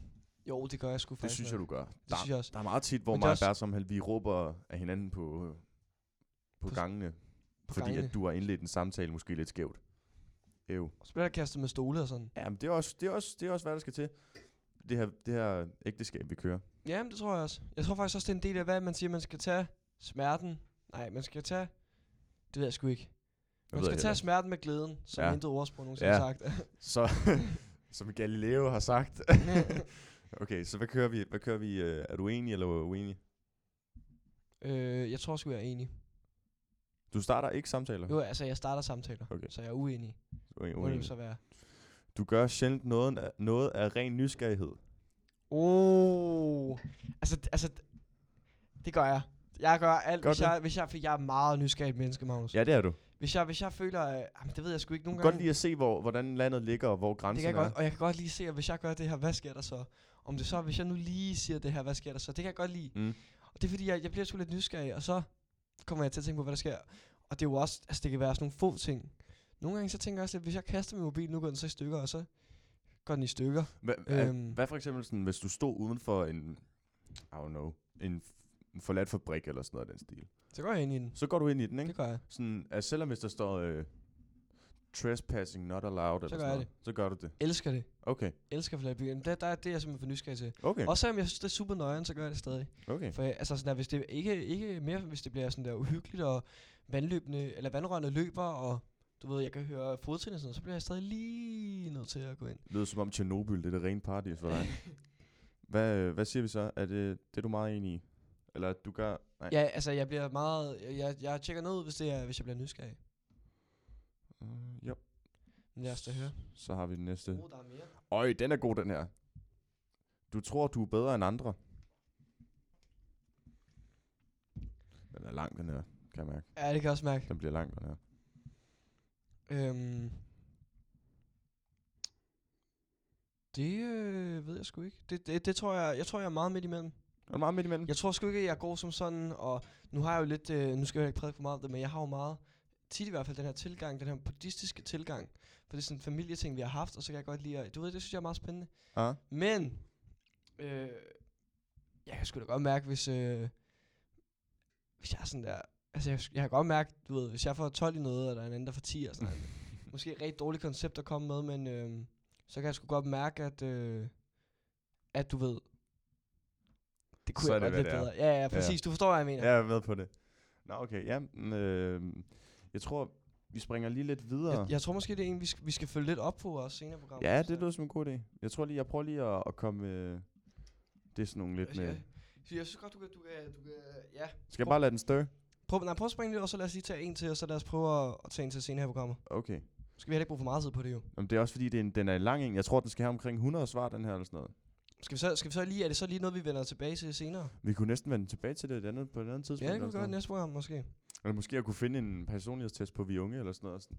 B: jo, det gør jeg sgu faktisk.
C: Det synes jeg, du gør.
B: Det
C: Der,
B: synes jeg også.
C: der er meget tit, hvor
B: Men det
C: mig
B: er
C: og
B: også-
C: Bertram, han- vi råber af hinanden på, øh, på,
B: På s-
C: på gangene.
B: På
C: fordi
B: gangene.
C: at du har indledt en samtale måske lidt skævt. Ew.
B: Så bliver der kastet med stole og sådan.
C: Ja, men det er også, det er også, det er også hvad der skal til. Det her, det her ægteskab, vi kører.
B: Jamen, det tror jeg også. Jeg tror faktisk også, det er en del af, hvad man siger, man skal tage smerten. Nej, man skal tage... Det ved jeg sgu ikke.
C: Det
B: Man
C: ved
B: skal
C: jeg
B: tage
C: heller
B: smerten med glæden, som ja.
C: Ja.
B: intet ordsprog nogensinde ja.
C: Ja.
B: har sagt.
C: ikke. Så, som Galileo har sagt. okay, så hvad kører vi? Hvad kører vi? øh, Er du enig eller uenig?
B: øh, jeg tror sgu, jeg er enig.
C: Du starter ikke samtaler?
B: Jo, altså, jeg starter samtaler,
C: Okay.
B: så jeg er uenig.
C: Du er
B: Må det jo
C: uenig.
B: så være.
C: Du gør sjældent noget af, noget af ren nysgerrighed.
B: Oh. Altså, d- altså, d- det gør jeg. Jeg gør alt,
C: Gør
B: hvis
C: du?
B: jeg, hvis jeg, for jeg er meget nysgerrig menneske, Magnus.
C: Ja, det er du.
B: Hvis jeg, hvis jeg føler, øh, jamen, det ved jeg sgu ikke
C: Du
B: nogle
C: kan
B: gange.
C: godt lide at se, hvor, hvordan landet ligger og hvor
B: det
C: grænsen
B: kan jeg
C: er.
B: godt, og jeg kan godt lige se, at hvis jeg gør det her, hvad sker der så? Om det så, hvis jeg nu lige siger det her, hvad sker der så? Det kan jeg godt lide.
C: Mm.
B: Og det er fordi, jeg, jeg bliver sgu lidt nysgerrig, og så kommer jeg til at tænke på, hvad der sker. Og det er jo også, altså det kan være sådan nogle få ting. Nogle gange så tænker jeg også, at hvis jeg kaster min mobil, nu går den så i stykker, og så går den i stykker.
C: Hva,
B: Øhm.
C: øhm. Hvad for eksempel, sådan, hvis du stod uden for en, I don't know, en, f- en forladt fabrik eller sådan noget af den stil.
B: Så går jeg ind i den.
C: Så går du ind i den, ikke?
B: Det gør jeg.
C: Sådan, at selvom hvis der står øh, trespassing not allowed, eller
B: gør
C: sådan
B: jeg
C: noget, så gør du det.
B: Elsker det.
C: Okay,
B: Elsker fladbyen. Det, der, det er jeg simpelthen for nysgerrig til.
C: okay,
B: Også selvom jeg synes, det er super nøjeren, så gør jeg det stadig.
C: okay.
B: For øh, altså sådan der, hvis det ikke, ikke mere, hvis det bliver sådan der uhyggeligt, og vandløbende, eller vandrørene løber, og du ved, jeg kan høre fodtrin og sådan noget, så bliver jeg stadig lige nødt til at gå ind.
C: Det lyder som om Tjernobyl, det er det rene paradis for dig. hvad, øh, hvad siger vi så? Er det, det er du meget enig i? Eller at du gør... Nej.
B: Ja, altså jeg bliver meget, jeg- jeg, jeg tjekker noget ud, hvis, det er, hvis jeg bliver nysgerrig.
C: Uh, jo.
B: Men lad os da høre.
C: Så har vi den næste.
B: der er mere.
C: Øj, den er god, den her. Du tror, du er bedre end andre. Den er lang, den her, kan jeg mærke.
B: Ja, det kan jeg også mærke.
C: Den bliver lang, den her.
B: Øhm, det øh, ved jeg sgu ikke. Det, det, det, tror jeg, jeg tror, jeg er meget midt imellem.
C: Er du meget midt imellem?
B: Jeg tror sgu ikke, at jeg går som sådan, og nu har jeg jo lidt, øh, nu skal jeg jo ikke prædike for meget om det, men jeg har jo meget, tit i hvert fald den her tilgang, den her buddhistiske tilgang, for det er sådan en familieting, vi har haft, og så kan jeg godt lide, at, du ved, det synes jeg er meget spændende.
C: Ja.
B: Men, øh, jeg kan sgu da godt mærke, hvis, øh, hvis jeg er sådan der, altså jeg, jeg kan godt mærke, du ved, hvis jeg får 12 i noget, og der er en anden, der får 10 og sådan noget. Måske et rigtig dårligt koncept at komme med, men øh, så kan jeg sgu godt mærke, at, øh, at du ved, det kunne
C: Så
B: så
C: er
B: jeg
C: det,
B: godt
C: hvad
B: lidt
C: det er.
B: bedre. Ja, ja, præcis. Du forstår, hvad jeg mener.
C: Ja, jeg er med på det. Nå, okay. Ja, mm, øh, jeg tror, vi springer lige lidt videre.
B: Jeg, jeg tror måske, det er en, vi skal, vi skal følge lidt op på også senere i programmet.
C: ja,
B: Så-
C: det lyder som en god idé. Jeg tror lige, jeg prøver lige at, at komme... Øh, det er sådan nogle lidt
B: Ja.
C: med...
B: Så jeg synes godt, du kan... Du kan, du kan ja.
C: Skal jeg bare lade den stå?
B: Prøv, nej, prøv at springe lidt, og så lad os lige tage en til, og så lad os prøve at, at tage en til senere i programmet.
C: Okay.
B: Nu Skal vi heller ikke bruge for meget tid på det jo.
C: Jamen, det er også fordi, det er en, den er en lang en. Jeg tror, den skal have omkring 100 svar, den her eller sådan noget.
B: Skal vi så, skal vi så lige... Er det så lige noget, vi vender tilbage til senere?
C: Vi kunne næsten vende tilbage til det et andet, på et andet tidspunkt.
B: Ja, det
C: eller
B: kan vi
C: sådan
B: gøre i
C: noget.
B: næste program måske.
C: Eller måske at kunne finde en personlighedstest på vi unge, eller sådan noget. Sådan.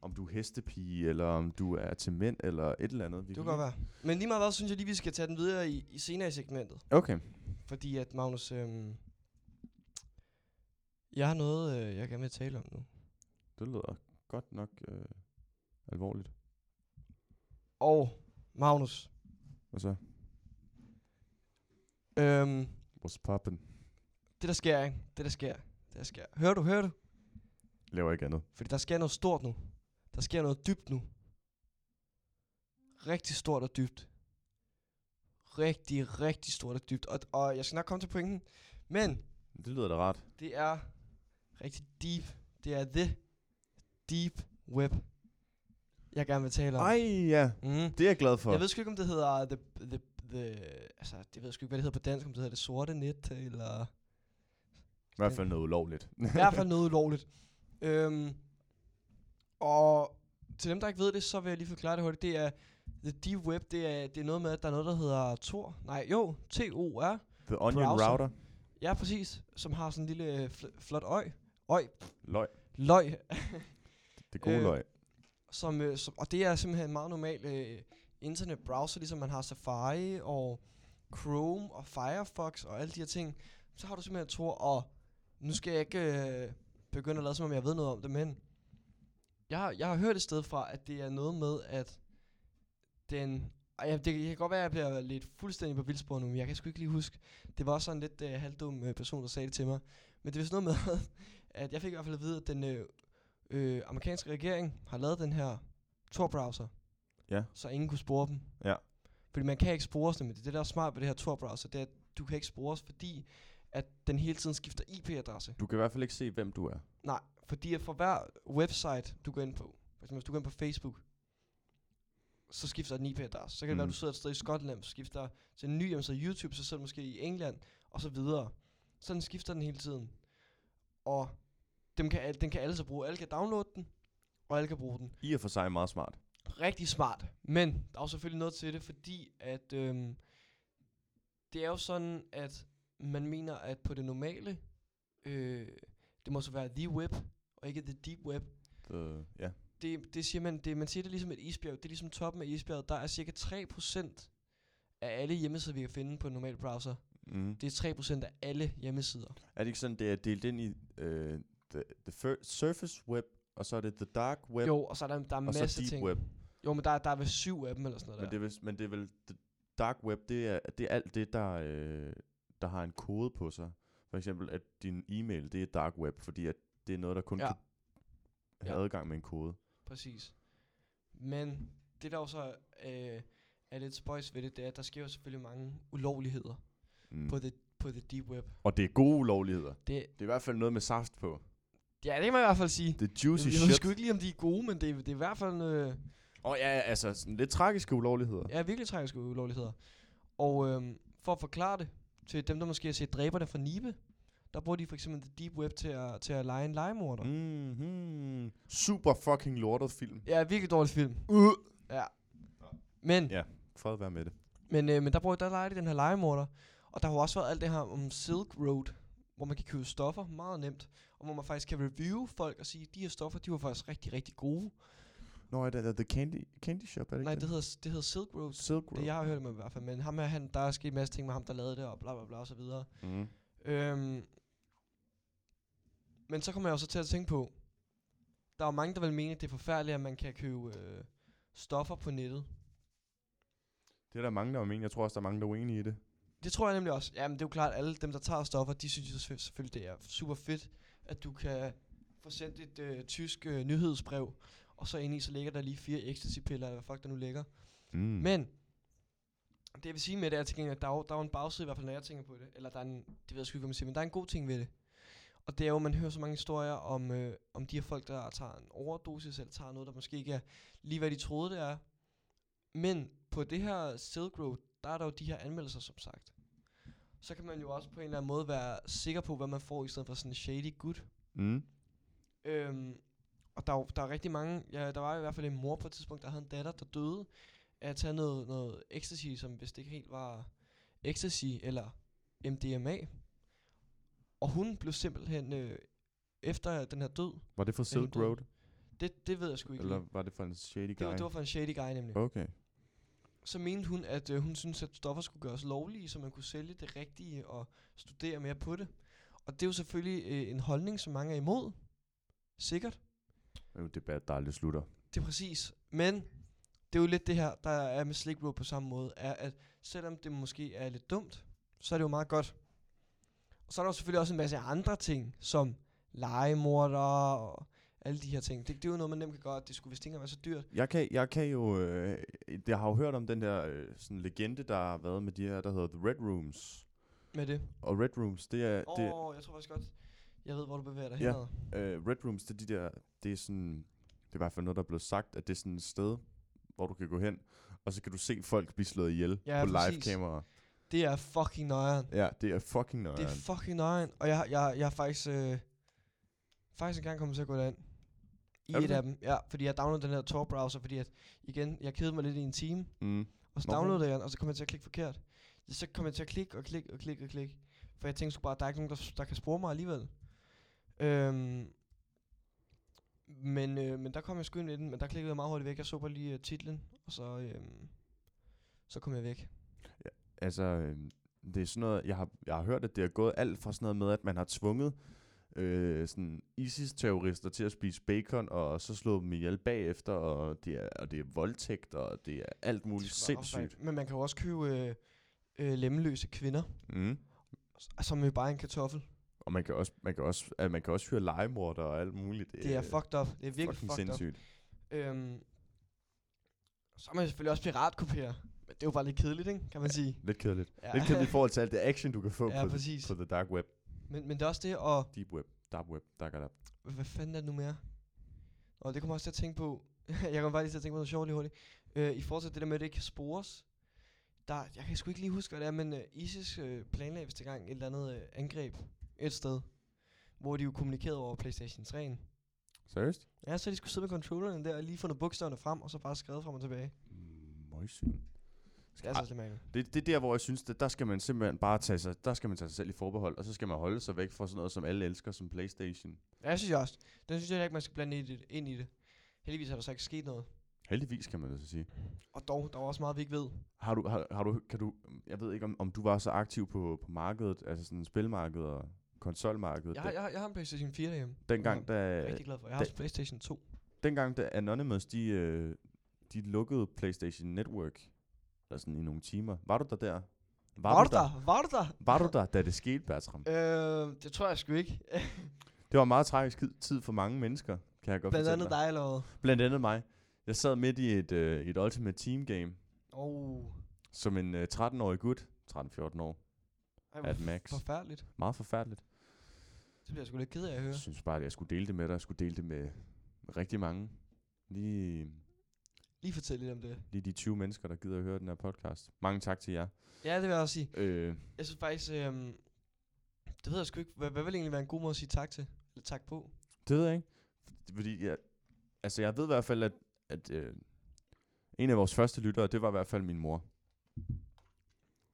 C: Om du er hestepige, eller om du er til mænd, eller et eller andet. Vi
B: Det kan
C: kan
B: godt være. Men lige meget hvad, synes jeg lige, vi skal tage den videre i, i senere i segmentet.
C: lige- Okay.
B: Fordi at, Magnus, øhm, jeg har noget, øh, jeg gerne vil tale om nu.
C: Det lyder godt nok øh, alvorligt.
B: Og, Magnus,
C: Og så,
B: øhm,
C: what's poppin'?
B: det der sker, ikke? Det der sker, det der sker. Hører du, hører du?
C: Laver ikke andet.
B: Fordi der sker noget stort nu. Der sker noget dybt nu. Rigtig stort og dybt. Rigtig, rigtig stort og dybt. Og, og jeg skal nok komme til pointen. Men
C: Det lyder da rart.
B: det er rigtig deep. Det er the deep web, jeg gerne vil tale om.
C: Ej, ja.
B: Mm.
C: Det er jeg glad for.
B: Jeg ved sgu ikke, om det hedder the, the, the, altså, det ved jeg sgu ikke, hvad det hedder på dansk, om det hedder det sorte net, eller
C: I hvert fald noget ulovligt.
B: i hvert fald noget ulovligt. Øhm, og til dem, der ikke ved det, så vil jeg lige forklare det hurtigt. Det er The Deep Web, det er, det er noget med, at der er noget, der hedder Tor. Nej, jo, T-O-R.
C: The Onion
B: Browser.
C: Router.
B: Ja, præcis. Som har sådan en lille øh, fl- flot øj. Øj.
C: Løg.
B: Løg.
C: Det gode
B: Øh,
C: øh. løg.
B: Som, øh, som, og det er simpelthen en meget normal øh, internetbrowser, ligesom man har Safari og Chrome og Firefox og alle de her ting, så har du simpelthen tror, og nu skal jeg ikke øh, begynde at lade som om jeg ved noget om det, men jeg, har- jeg har hørt et sted fra, at det er noget med, at den... Ej, ja, det kan godt være, at jeg bliver lidt fuldstændig på vildspor nu, men jeg kan sgu ikke lige huske. Det var også sådan lidt øh, halvdum øh, person, der sagde det til mig. Men det er vist noget med, at jeg fik i hvert fald at vide, at den øh, øh, amerikanske regering har lavet den her Tor-browser,
C: Ja.
B: så ingen kunne spore dem.
C: Ja.
B: Fordi man kan ikke spore dem, men det er det, der er smart ved det her Tor-browser, det er, at du kan ikke spores, fordi at den hele tiden skifter IP-adresse.
C: Du kan i hvert fald ikke se, hvem du er.
B: Nej, fordi at for hver website, du går ind på, for eksempel hvis du går ind på Facebook, så skifter den IP-adresse. Så kan det mm. være,
C: Mhm.
B: at du sidder et sted i Skotland, så skifter til en ny hjemmeside YouTube, så sidder du måske i England, og så videre. Sådan skifter den hele tiden. Og dem kan, al- den kan alle så bruge. Alle kan downloade den, og alle kan bruge den.
C: I er for sig meget smart.
B: Rigtig smart, men der er jo selvfølgelig noget til det, fordi at øhm, det er jo sådan, at man mener, at på det normale, øh, det må så være the web, og ikke the deep web,
C: Øh, ja.
B: det, det siger man, det, man siger det er ligesom et isbjerg, det er ligesom toppen af isbjerget, der er cirka 3% af alle hjemmesider, vi kan finde på en normal browser.
C: Mm.
B: Det er 3% af alle hjemmesider.
C: Er det ikke sådan, det er delt ind i øh, the, the fir- surface web, og så er det the dark web?
B: Jo, og så er der, der er
C: og så
B: masser af
C: deep
B: ting.
C: web.
B: Jo, men der, er- der er vel syv af dem eller sådan noget
C: Men
B: der.
C: det, er, vist- men det er vel, the dark web, det er, det er alt det, der, øh, der har en kode på sig. For eksempel, at din e-mail, det er dark web, fordi at det er noget, der kun
B: Ja.
C: ja. kan have
B: Ja.
C: adgang med en kode.
B: Præcis. Men det der jo så øh, er lidt spøjs ved det, det er, at der sker jo selvfølgelig mange ulovligheder
C: Mm.
B: mm. på, the, på the deep web.
C: Og det er gode ulovligheder.
B: Det,
C: Det er i hvert fald noget med saft på.
B: ja, det kan man i hvert fald sige.
C: Det er juicy
B: Jeg, jeg ved
C: shit.
B: sgu ikke lige, om de er gode, men det, er- det er i hvert fald... Øh,
C: Og ja, ja, altså sådan lidt tragiske ulovligheder.
B: Ja, virkelig tragiske ulovligheder. Og øhm, for at forklare det til dem, der måske har set dræberne fra Nibe, der bruger de for eksempel The Deep Web til at, til at lege en legemorder. Mm.
C: Mm-hmm. Super fucking lortet film.
B: Ja, virkelig dårlig film.
C: Uh.
B: Ja. Men,
C: Ja. Fred at være med det.
B: men, øh, men der, bruger, der leger de den her legemorder. Og der har jo også været alt det her om Silk Road, hvor man kan købe stoffer meget nemt. Og hvor man faktisk kan review folk og sige, at de her stoffer, de var faktisk rigtig, rigtig gode.
C: Nå, er det, er det Candy, candy Shop, er det
B: Nej,
C: ikke
B: det hedder, det hedder Silk Road.
C: Silk Road.
B: Det jeg har hørt om i hvert fald. Men ham her, han, der er sket en masse ting med ham, der lavede det, og bla bla bla og så videre.
C: Mm.
B: Øhm, men så kommer jeg jo så til at tænke på, der er jo mange, der vil mene, at det er forfærdeligt, at man kan købe øh, stoffer på nettet.
C: Det er der mange, der er uenige. Jeg tror også, der er mange, der er uenige i det.
B: Det tror jeg nemlig også. Jamen, det er jo klart, at alle dem, der tager stoffer, de synes jo selvfø- selvfølgelig, det er super fedt, at du kan få sendt et øh, tysk øh, nyhedsbrev, og så indeni, så ligger der lige fire ecstasy-piller, eller hvad fuck der nu ligger.
C: Mm.
B: Men det jeg vil sige med det er til gengæld, at der er, jo- der er jo en bagside i hvert fald, når jeg tænker på det. Eller der er en, det ved jeg sgu ikke, hvad man siger, men der er en god ting ved det. Og det er jo, at man hører så mange historier om, øh, om de her folk, der tager en overdosis, eller tager noget, der måske ikke er lige, hvad de troede, det er. Men på det her Silk Road, der er der jo de her anmeldelser, som sagt. Så kan man jo også på en eller anden måde være sikker på, hvad man får, i stedet for sådan en shady good.
C: Mm.
B: Øhm, og der, er jo- der er rigtig mange, ja, der var i hvert fald en mor på et tidspunkt, der havde en datter, der døde af at tage noget, noget ecstasy, som hvis det ikke helt var ecstasy eller MDMA. Og hun blev simpelthen, øh, efter den her død,
C: Var det for
B: er helt
C: Silk
B: død.
C: Road?
B: det, det ved jeg sgu ikke.
C: Eller
B: lige.
C: var det for en shady guy?
B: det, var, det var fra en shady guy nemlig.
C: Okay.
B: Så mente hun, at øh, hun syntes, at stoffer skulle gøres lovlige, så man kunne sælge det rigtige og studere mere på det. Og det er jo selvfølgelig øh, en holdning, som mange er imod. Sikkert.
C: Det er jo en debat, der aldrig slutter.
B: Det er præcis. Men det er jo lidt det her, der er med Slick Road på samme måde, er at selvom det måske er lidt dumt, så er det jo meget godt. Og så er der jo selvfølgelig også en masse andre ting, som legemorder og alle de her ting. Det, det er jo noget, man nemt kan gøre, at det skulle vist ikke engang være så dyrt.
C: Jeg kan, jeg kan jo... Øh, jeg har jo hørt om den der øh, sådan legende, der har været med de her, der hedder The Red Rooms.
B: med det.
C: Og Red Rooms, det er...
B: Åh,
C: Det,
B: oh, jeg tror faktisk godt, jeg ved, hvor du bevæger dig
C: Ja.
B: henad.
C: øh, Red Rooms, det er de der, det er sådan, det er i hvert fald noget, der er blevet sagt, at det er sådan et sted, hvor du kan gå hen, og så kan du se folk blive slået ihjel
B: Ja,
C: på live
B: præcis.
C: kamera.
B: Det er fucking nøjeren.
C: Ja, det er fucking nøjeren.
B: Det er fucking nøjeren. Og jeg, jeg, jeg er faktisk, øh, faktisk engang kommet til at gå derind. I
C: Er du
B: et
C: det?
B: af dem. Ja, fordi jeg downloadede den her Tor-browser, fordi at, igen, jeg kedede mig lidt i en time.
C: mm.
B: Og så
C: Nå,
B: downloadede jeg den, og så kom jeg til at klikke forkert. Ja, Så kom jeg til at klikke og klikke og klikke og klikke. For jeg tænkte sgu bare, at der er ikke nogen, der, der kan spore mig alligevel. Øhm, men, øh, men der kom jeg sgu ind i den, men der klikkede jeg meget hurtigt væk. Jeg så bare lige øh, titlen, og så, øhm, så kom jeg væk.
C: Altså, øh, det er sådan noget, jeg har, jeg har hørt, at det er gået alt fra sådan noget med, at man har tvunget øh, sådan ISIS-terrorister til at spise bacon, og så slå dem ihjel bagefter, og det er, og det er voldtægt, og det er alt muligt
B: Det er sgu da opfang.
C: sindssygt.
B: Men man kan jo også købe øh, øh, lemmeløse kvinder,
C: Mm.
B: s- som jo bare er en kartoffel.
C: Og man kan også, man kan også, at man kan også hyre legemorder og alt muligt.
B: Det er fucked up. Det er virkelig
C: Øh, fucking
B: fucked sindssygt.
C: sindssygt.
B: up. Øhm, så er man selvfølgelig også piratkopiere. Men det er jo bare lidt kedeligt, ikke? kan man sige.
C: Lidt kedeligt.
B: Ja.
C: Ja. Lidt kedeligt i forhold til alt det action, du kan få
B: Ja,
C: på,
B: præcis.
C: på the dark web,
B: Men, men det er også det, og
C: deep web, dark web, dark web.
B: hvad fanden er det nu mere? Og det kommer også til at tænke på, jeg kommer bare lige til at tænke på noget sjovt lige hurtigt. Øh, I forhold til det der med, at det ikke kan spores, der, jeg kan sgu ikke lige huske, hvad det er, men øh, ISIS øh, planlagde vist gang et eller andet øh, angreb et sted, hvor de jo kommunikerede over Playstation 3'en.
C: Seriøst?
B: Ja, så de skulle sidde med controllerne der og lige fundet bogstaverne frem, og så bare skrevet frem og tilbage.
C: Møgsyn.
B: Det er altså
C: Ah.
B: lidt mærkeligt.
C: Det, det er der, hvor jeg synes, at der skal man simpelthen bare tage sig, der skal man tage sig selv i forbehold, og så skal man holde sig væk fra sådan noget, som alle elsker, som Playstation.
B: Ja, jeg synes jeg også. Den synes jeg heller ikke, man skal blande ind i det. Ind i det. Heldigvis er der så ikke sket noget.
C: Heldigvis kan man da så sige.
B: Og dog, der var også meget, vi ikke ved.
C: Har du, har, har du, kan du, jeg ved ikke, om, om du var så aktiv på, på markedet, altså sådan spilmarkedet og konsolmarkedet.
B: Jeg,
C: Den-
B: har- jeg, har- jeg har en Playstation 4 derhjemme.
C: dengang,
B: Jeg
C: da,
B: er rigtig glad for. Jeg har
C: da-
B: også en Playstation 2.
C: dengang, da Anonymous, de, øh, de lukkede Playstation Network, eller sådan i nogle timer. Var du der der?
B: Var, var du der? Var du der?
C: Var du der, da det skete, Bertram?
B: Øh, det tror jeg sgu ikke.
C: Det var en meget tragisk tid for mange mennesker, kan jeg godt
B: Blandt
C: fortælle
B: andet dig eller hvad?
C: dig. Blandt andet mig. Jeg sad midt i et, øh, et Ultimate Team game,
B: Oh,
C: som en øh, 13-årig gut, 13-14 år,
B: ej,
C: at
B: hvor
C: max.
B: forfærdeligt.
C: Meget forfærdeligt.
B: Det bliver jeg sgu lidt ked af at
C: Jeg
B: høre.
C: synes bare, at jeg skulle dele det med dig. Jeg skulle dele det med rigtig mange. Lige,
B: Lige fortæl lidt om det.
C: lige de 20 mennesker, der gider at høre den her podcast. Mange tak til jer.
B: Ja, det vil jeg også sige.
C: Øh,
B: Jeg synes faktisk, øhm, det ved jeg sgu ikke. Hvad, hvad vil egentlig være en god måde at sige tak til? Eller tak på?
C: Det ved jeg ikke. Fordi jeg, altså jeg ved i hvert fald, at, at øh, en af vores første lyttere, det var i hvert fald min mor.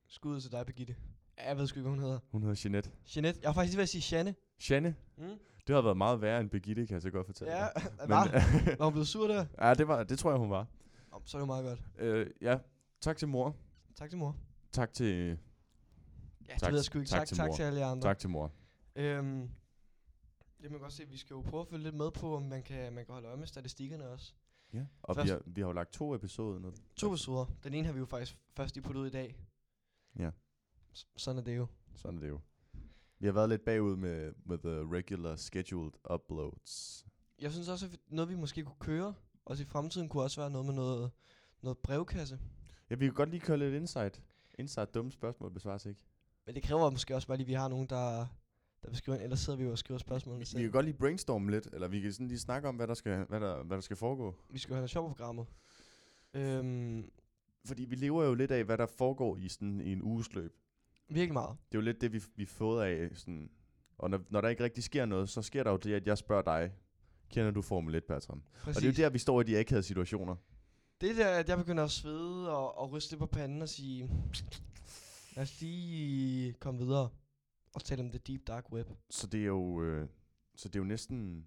B: Skud ud til dig, Birgitte. Ja, jeg ved sgu ikke, hvad hun hedder.
C: Hun hedder Jeanette.
B: Jeanette. Jeg var faktisk lige ved at sige Janne.
C: Janne,
B: Mm?
C: det har været meget værre end Birgitte, kan jeg så godt fortælle
B: Ja,
C: dig.
B: var, var hun blevet sur der?
C: ja, det, var, det tror jeg, hun var.
B: Oh, så er det jo meget godt.
C: Øh, ja, tak til mor.
B: Tak til mor.
C: Tak til,
B: Ja,
C: Tak-
B: det ved jeg sgu ikke.
C: tak
B: Tak, tak,
C: til
B: tak
C: mor.
B: til alle jer andre.
C: tak til mor.
B: Øhm, det man kan godt se, at vi skal jo prøve at følge lidt med på, om man kan, man kan holde øje med statistikkerne også.
C: Ja. Og vi
B: Først-
C: har, vi har jo lagt to episoder nu.
B: To episoder. Den ene har vi jo faktisk først lige puttet ud i dag.
C: Ja.
B: S- sådan er det jo.
C: Sådan er det jo. Vi har været lidt bagud med, med the regular scheduled uploads.
B: Jeg synes også, at vi- noget vi måske kunne køre, også i fremtiden, kunne også være noget med noget, noget brevkasse.
C: Ja, vi kan godt lige køre lidt insight. Insight dumme spørgsmål besvares ikke.
B: Men det kræver måske også bare lige, at vi har nogen, der, der beskriver en. Ellers sidder vi jo og skriver spørgsmålene
C: Vi kan
B: selv.
C: godt lige brainstorme lidt, eller vi kan sådan lige snakke om, hvad der skal, hvad der, hvad der skal foregå.
B: Vi skal jo have noget sjovt på programmet. Øhm,
C: Fordi vi lever jo lidt af, hvad der foregår i, sådan, i en uges løb.
B: virkelig meget.
C: Det er jo lidt det, vi, vi er fået af. Sådan. Og når, når der ikke rigtig sker noget, så sker der jo det, at jeg spørger dig, kender du Formel 1, Bertram?
B: Præcis.
C: Og det er jo der, vi står i de akavede situationer.
B: Det der, at jeg begynder at svede og, og ryste lidt på panden og sige, lad os lige komme videre og tale om the deep dark web.
C: Så det er jo, øh, så det er jo næsten...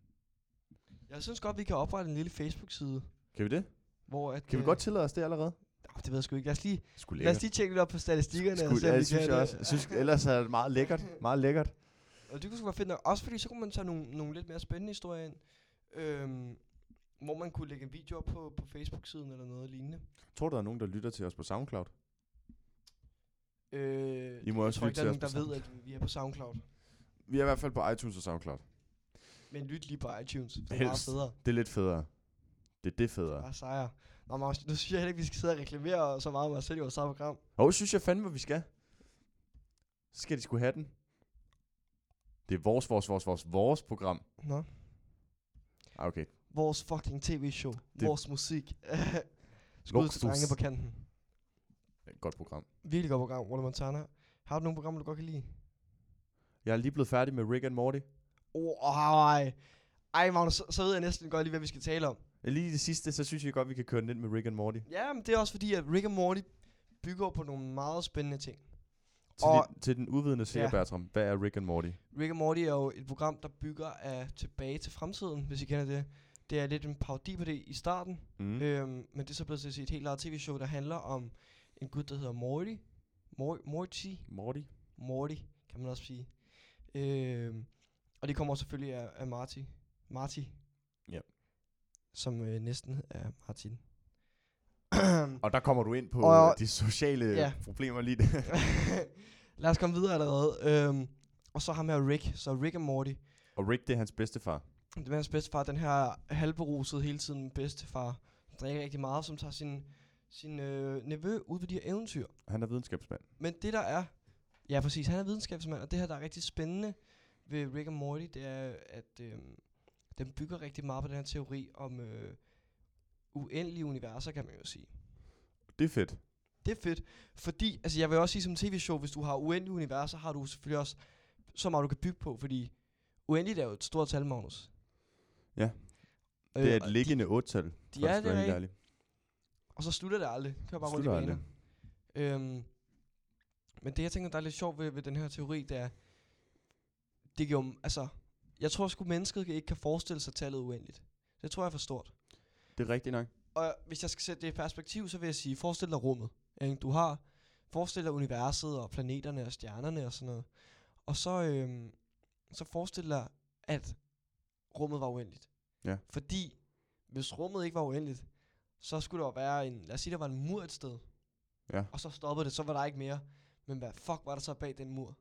B: Jeg synes godt, vi kan oprette en lille Facebook-side,
C: Kan vi det?
B: hvor at...
C: Kan vi
B: øh,
C: godt tillade os det allerede?
B: Nå, det ved jeg sgu ikke. Lad os lige,
C: Skulle
B: lad os lige tjekke lidt op på statistikkerne. og
C: Skulle,
B: se,
C: ja,
B: om vi
C: det synes
B: kan
C: jeg
B: det.
C: også. Jeg synes, ellers er det meget lækkert. Meget lækkert.
B: Og det kunne sgu være fedt nok. Også fordi så kunne man tage nogle, nogle lidt mere spændende historier ind. Øhm, hvor man kunne lægge videoer på, på Facebook-siden eller noget lignende.
C: Tror du, der er nogen, der lytter til os på SoundCloud?
B: Øh,
C: I må
B: jeg
C: også
B: tror ikke,
C: lytte
B: der er
C: til
B: nogen,
C: os
B: der
C: på
B: ved, at vi er på SoundCloud.
C: Vi er i hvert fald på iTunes og SoundCloud.
B: Men lyt lige på iTunes. Det er meget
C: Helst.
B: federe.
C: Det er lidt federe. Det er det federe.
B: Bare sejre. Nå, Magnus, nu synes jeg heller ikke, vi skal sidde og reklamere så meget med os selv i vores eget program.
C: Og synes jeg fandme, hvor vi skal. Så skal de skulle have den. Det er vores, vores, vores, vores, vores program.
B: Nå.
C: Ah, okay.
B: Vores fucking tv-show.
C: Det-
B: Vores musik. Skud til
C: Luksus.
B: drenge på kanten.
C: Godt program.
B: Virkelig godt program, Walla Montana. Har du nogle programmer, du godt kan lide?
C: Jeg er lige blevet færdig med Rick and Morty.
B: Åh, oh, ej. Ej, Magnus, så, så ved jeg næsten godt lige, hvad vi skal tale om.
C: Lige i det sidste, så synes jeg godt, vi kan køre den ind med Rick and Morty.
B: Ja, men det er også fordi, at Rick and Morty bygger på nogle meget spændende ting.
C: Til,
B: Og-
C: de, til den uvidende ser
B: Ja.
C: ja. Bertram, hvad er Rick and Morty?
B: Rick and Morty er jo et program, der bygger af tilbage til fremtiden, hvis I kender det. Det er lidt en parodi på det i starten,
C: Mm.
B: Øhm, men det er så blevet til at sige et helt eget tv-show, der handler om en gut, der hedder Morty. Mor- Morty.
C: Morty.
B: Morty, kan man også sige. Øh, og det kommer selvfølgelig af, af Marty. Marty.
C: Ja.
B: Som øh, næsten er Martin.
C: Og der kommer du ind på
B: Og-
C: og, de sociale
B: Ja.
C: ja. problemer lige der.
B: Lad os komme videre allerede. Øhm, og så ham her Rick. Så Rick og Morty.
C: Og Rick, det er hans bedstefar.
B: Det er hans bedstefar, den her halvberusede hele tiden bedstefar. som Drikker rigtig meget, som tager sin, sin øh, nevø ud på de her eventyr.
C: Han er videnskabsmand.
B: Men det der er, ja præcis, han er videnskabsmand, og det her der er rigtig spændende ved Rick and Morty, det er, at øh, den bygger rigtig meget på den her teori om øh, uendelige universer, kan man jo sige.
C: Det er fedt.
B: Det er fedt, fordi, altså jeg vil også sige som tv-show, hvis du har uendelige universer, har du selvfølgelig også så meget, du kan bygge på, fordi uendeligt er jo et stort tal, Magnus.
C: Ja.
B: Øh,
C: det er
B: og
C: et liggende otal. De,
B: de, ja, det er rigtigt. Og så slutter det aldrig. Kører bare rundt i baner. Øhm, men det, jeg tænker, der er lidt sjovt ved, ved den her teori, det er, det giver, jo- altså, jeg tror sgu, mennesket ikke kan forestille sig tallet uendeligt. Det tror jeg er for stort.
C: Det er rigtigt nok.
B: Og hvis jeg skal sætte det i perspektiv, så vil jeg sige, forestil dig rummet. Ikke? Du har, forestil dig universet og planeterne og stjernerne og sådan noget. Og så, øhm, så forestil dig, at rummet var uendeligt.
C: Ja.
B: Fordi hvis rummet ikke var uendeligt, så skulle der jo være en, lad os sige, der var en mur et sted.
C: Ja.
B: Og så stoppede det, så var der ikke mere. Men hvad fuck var der så bag den mur?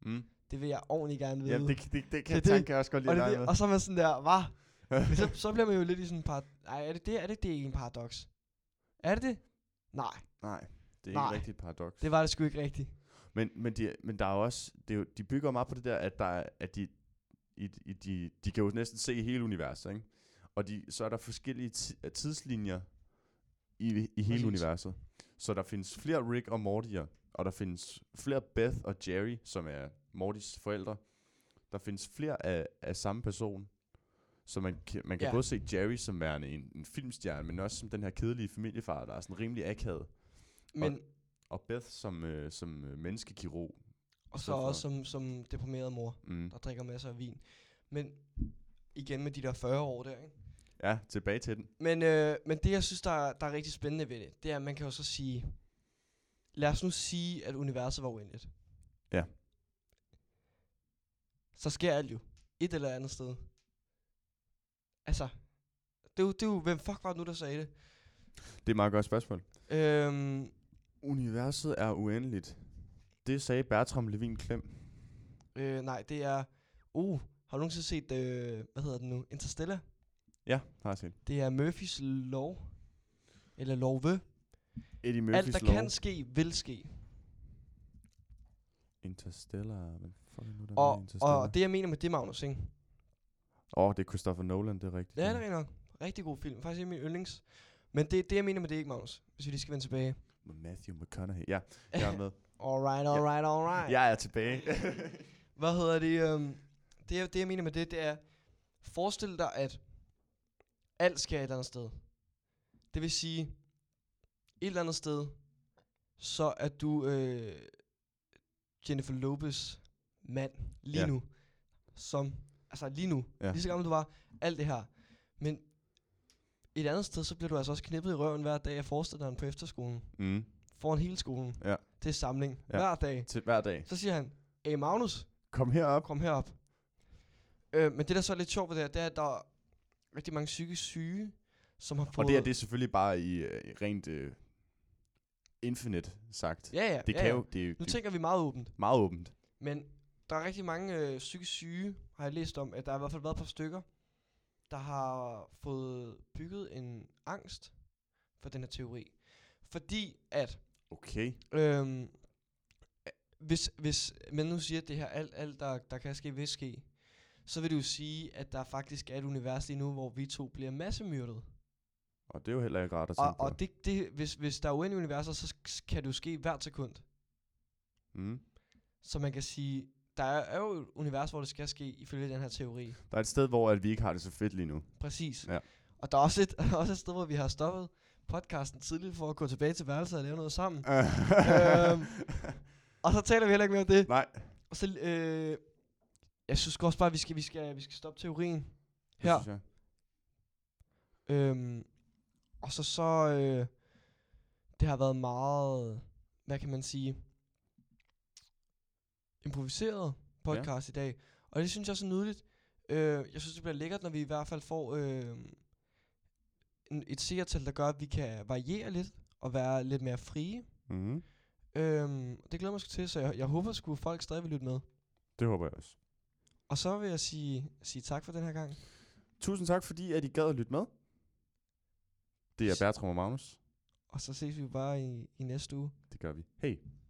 C: Mm.
B: Det vil jeg ordentligt gerne vide.
C: Ja, det, det, det, det kan
B: er
C: jeg
B: det.
C: tanke også godt
B: og,
C: lide
B: det, er
C: dig
B: det,
C: med.
B: og så er man sådan der, var. så, så bliver man jo lidt i sådan en par... Nej, er det det? Er det det ikke en paradoks? Er det det? Nej,
C: Nej, det er
B: Nej.
C: ikke rigtigt et paradoks.
B: det var det sgu ikke rigtigt.
C: Men, men, de, men der er jo også, det er jo, de bygger jo meget på det der, at, der er, at de, i, i, de, de kan jo næsten se hele universet, ikke? Og de, så er der forskellige ti- øh, tidslinjer i, i hele
B: Præcis.
C: universet. Så der findes flere Rick og Morty'er, og der findes flere Beth og Jerry, som er Mortys forældre. Der findes flere af, af samme person. Så man kan, man kan
B: Ja.
C: både se Jerry som værende en, en filmstjerne, men også som den her kedelige familiefar, der er sådan rimelig akavet.
B: Men,
C: Og Beth som, øh, som øh, menneskekirurg.
B: og så
C: stedet for-
B: også som, som deprimeret mor,
C: Mm.
B: der drikker masser af vin. Men igen med de der 40 år der, ikke?
C: Ja, tilbage til den.
B: Men, øh, men det, jeg synes, der, er- der er rigtig spændende ved det, det er, at man kan jo så sige... Lad os nu sige, at universet var uendeligt.
C: Ja.
B: Så sker alt jo. Et eller andet sted. Altså, det er jo, det er jo hvem fuck var det nu, der sagde det?
C: Det er et meget godt spørgsmål.
B: Øhm,
C: Universet er uendeligt. Det sagde Bertram Levin Klem.
B: øh, nej, det er... Uh, har du nogensinde set, øh, hvad hedder den nu? Interstellar?
C: Ja, har jeg set.
B: Det er Murphys lov. Eller lov ved.
C: Eddie Murphys
B: Alt, der
C: lov.
B: kan ske, vil ske.
C: Interstellar. Hvad fuck er nu, der
B: Og,
C: og, Interstellar?
B: og
C: Åh,
B: det, jeg mener med det, Magnus, ikke?
C: oh, det er Christopher Nolan, det er rigtigt.
B: Ja, det er rigtig nok. Rigtig god film. Faktisk en af mine yndlings. Men det, det, jeg mener med det, ikke, Magnus? Hvis vi lige skal vende tilbage.
C: Med Matthew McConaughey. Ja, jeg er med.
B: Alright, alright, alright.
C: jeg er tilbage.
B: Hvad hedder det? Øhm, det, jeg- det, jeg mener med det, det er... Forestil dig, at alt sker et eller andet sted. Det vil sige, et eller andet sted, så er du øh, Jennifer Lopez mand lige
C: Ja.
B: nu. Som, altså lige nu,
C: Ja.
B: lige så gammel du var, alt det her. Men et andet sted, så bliver du altså også knippet i røven hver dag af forstanderen på efterskolen.
C: mm.
B: Foran hele skolen.
C: Ja.
B: Til samling.
C: Ja.
B: Hver dag.
C: Til hver dag.
B: Så siger han, Hey Magnus,
C: Kom herop.
B: kom herop. Øh, men det, der så er lidt sjovt ved det her, det er, at der er rigtig mange psykisk syge, som har
C: Og
B: fået...
C: det er det er selvfølgelig bare i, øh, i rent øh, infinite sagt.
B: Ja, ja.
C: det
B: ja,
C: kan
B: ja.
C: jo, det, er-
B: Nu
C: det er
B: tænker vi meget åbent,
C: meget åbent.
B: men der er rigtig mange øh, psykisk syge, har jeg læst om, at der har i hvert fald været et par stykker, der har fået bygget en angst for den her teori. Fordi at
C: Okay.
B: Øhm, hvis, hvis man nu siger, at det her alt, alt der, der kan ske, vil ske, så vil det jo sige, at der faktisk er et univers lige nu, hvor vi to bliver massemyrdet.
C: Og det er jo heller ikke rart at tænke
B: Og, og
C: på.
B: det, det, hvis, hvis der er uendelige universer, så sk- kan det jo ske hvert sekund.
C: Mm.
B: Så man kan sige, der er, er jo et univers, hvor det skal ske, ifølge den her teori.
C: Der er et sted, hvor at vi ikke har det så fedt lige nu.
B: Præcis.
C: Ja.
B: Og der er også et, også et sted, hvor vi har stoppet podcasten tidligt for at gå tilbage til værelset og lave noget sammen. Øhm, Og så taler vi heller ikke mere om det.
C: Nej.
B: Og så, øh, jeg synes også bare, at vi skal, vi skal, vi skal stoppe teorien
C: Det
B: her.
C: synes jeg.
B: Øhm, og så så, øh, det har været meget, hvad kan man sige, improviseret podcast ja. i dag. Og det synes jeg er så nydeligt. Øh, jeg synes, det bliver lækkert, når vi i hvert fald får øh, en, et seertal, der gør, at vi kan variere lidt og være lidt mere frie.
C: Mm-hmm.
B: Øhm, det glæder jeg mig sgu til, så jeg, jeg håber sgu, folk stadig vil lytte med.
C: Det håber jeg også.
B: Og så vil jeg sige, sige tak for den her gang.
C: Tusind tak, fordi at I gad at lytte med. Det er Bertram og Magnus.
B: Og så ses vi bare i, i næste uge.
C: Det gør vi. Hej.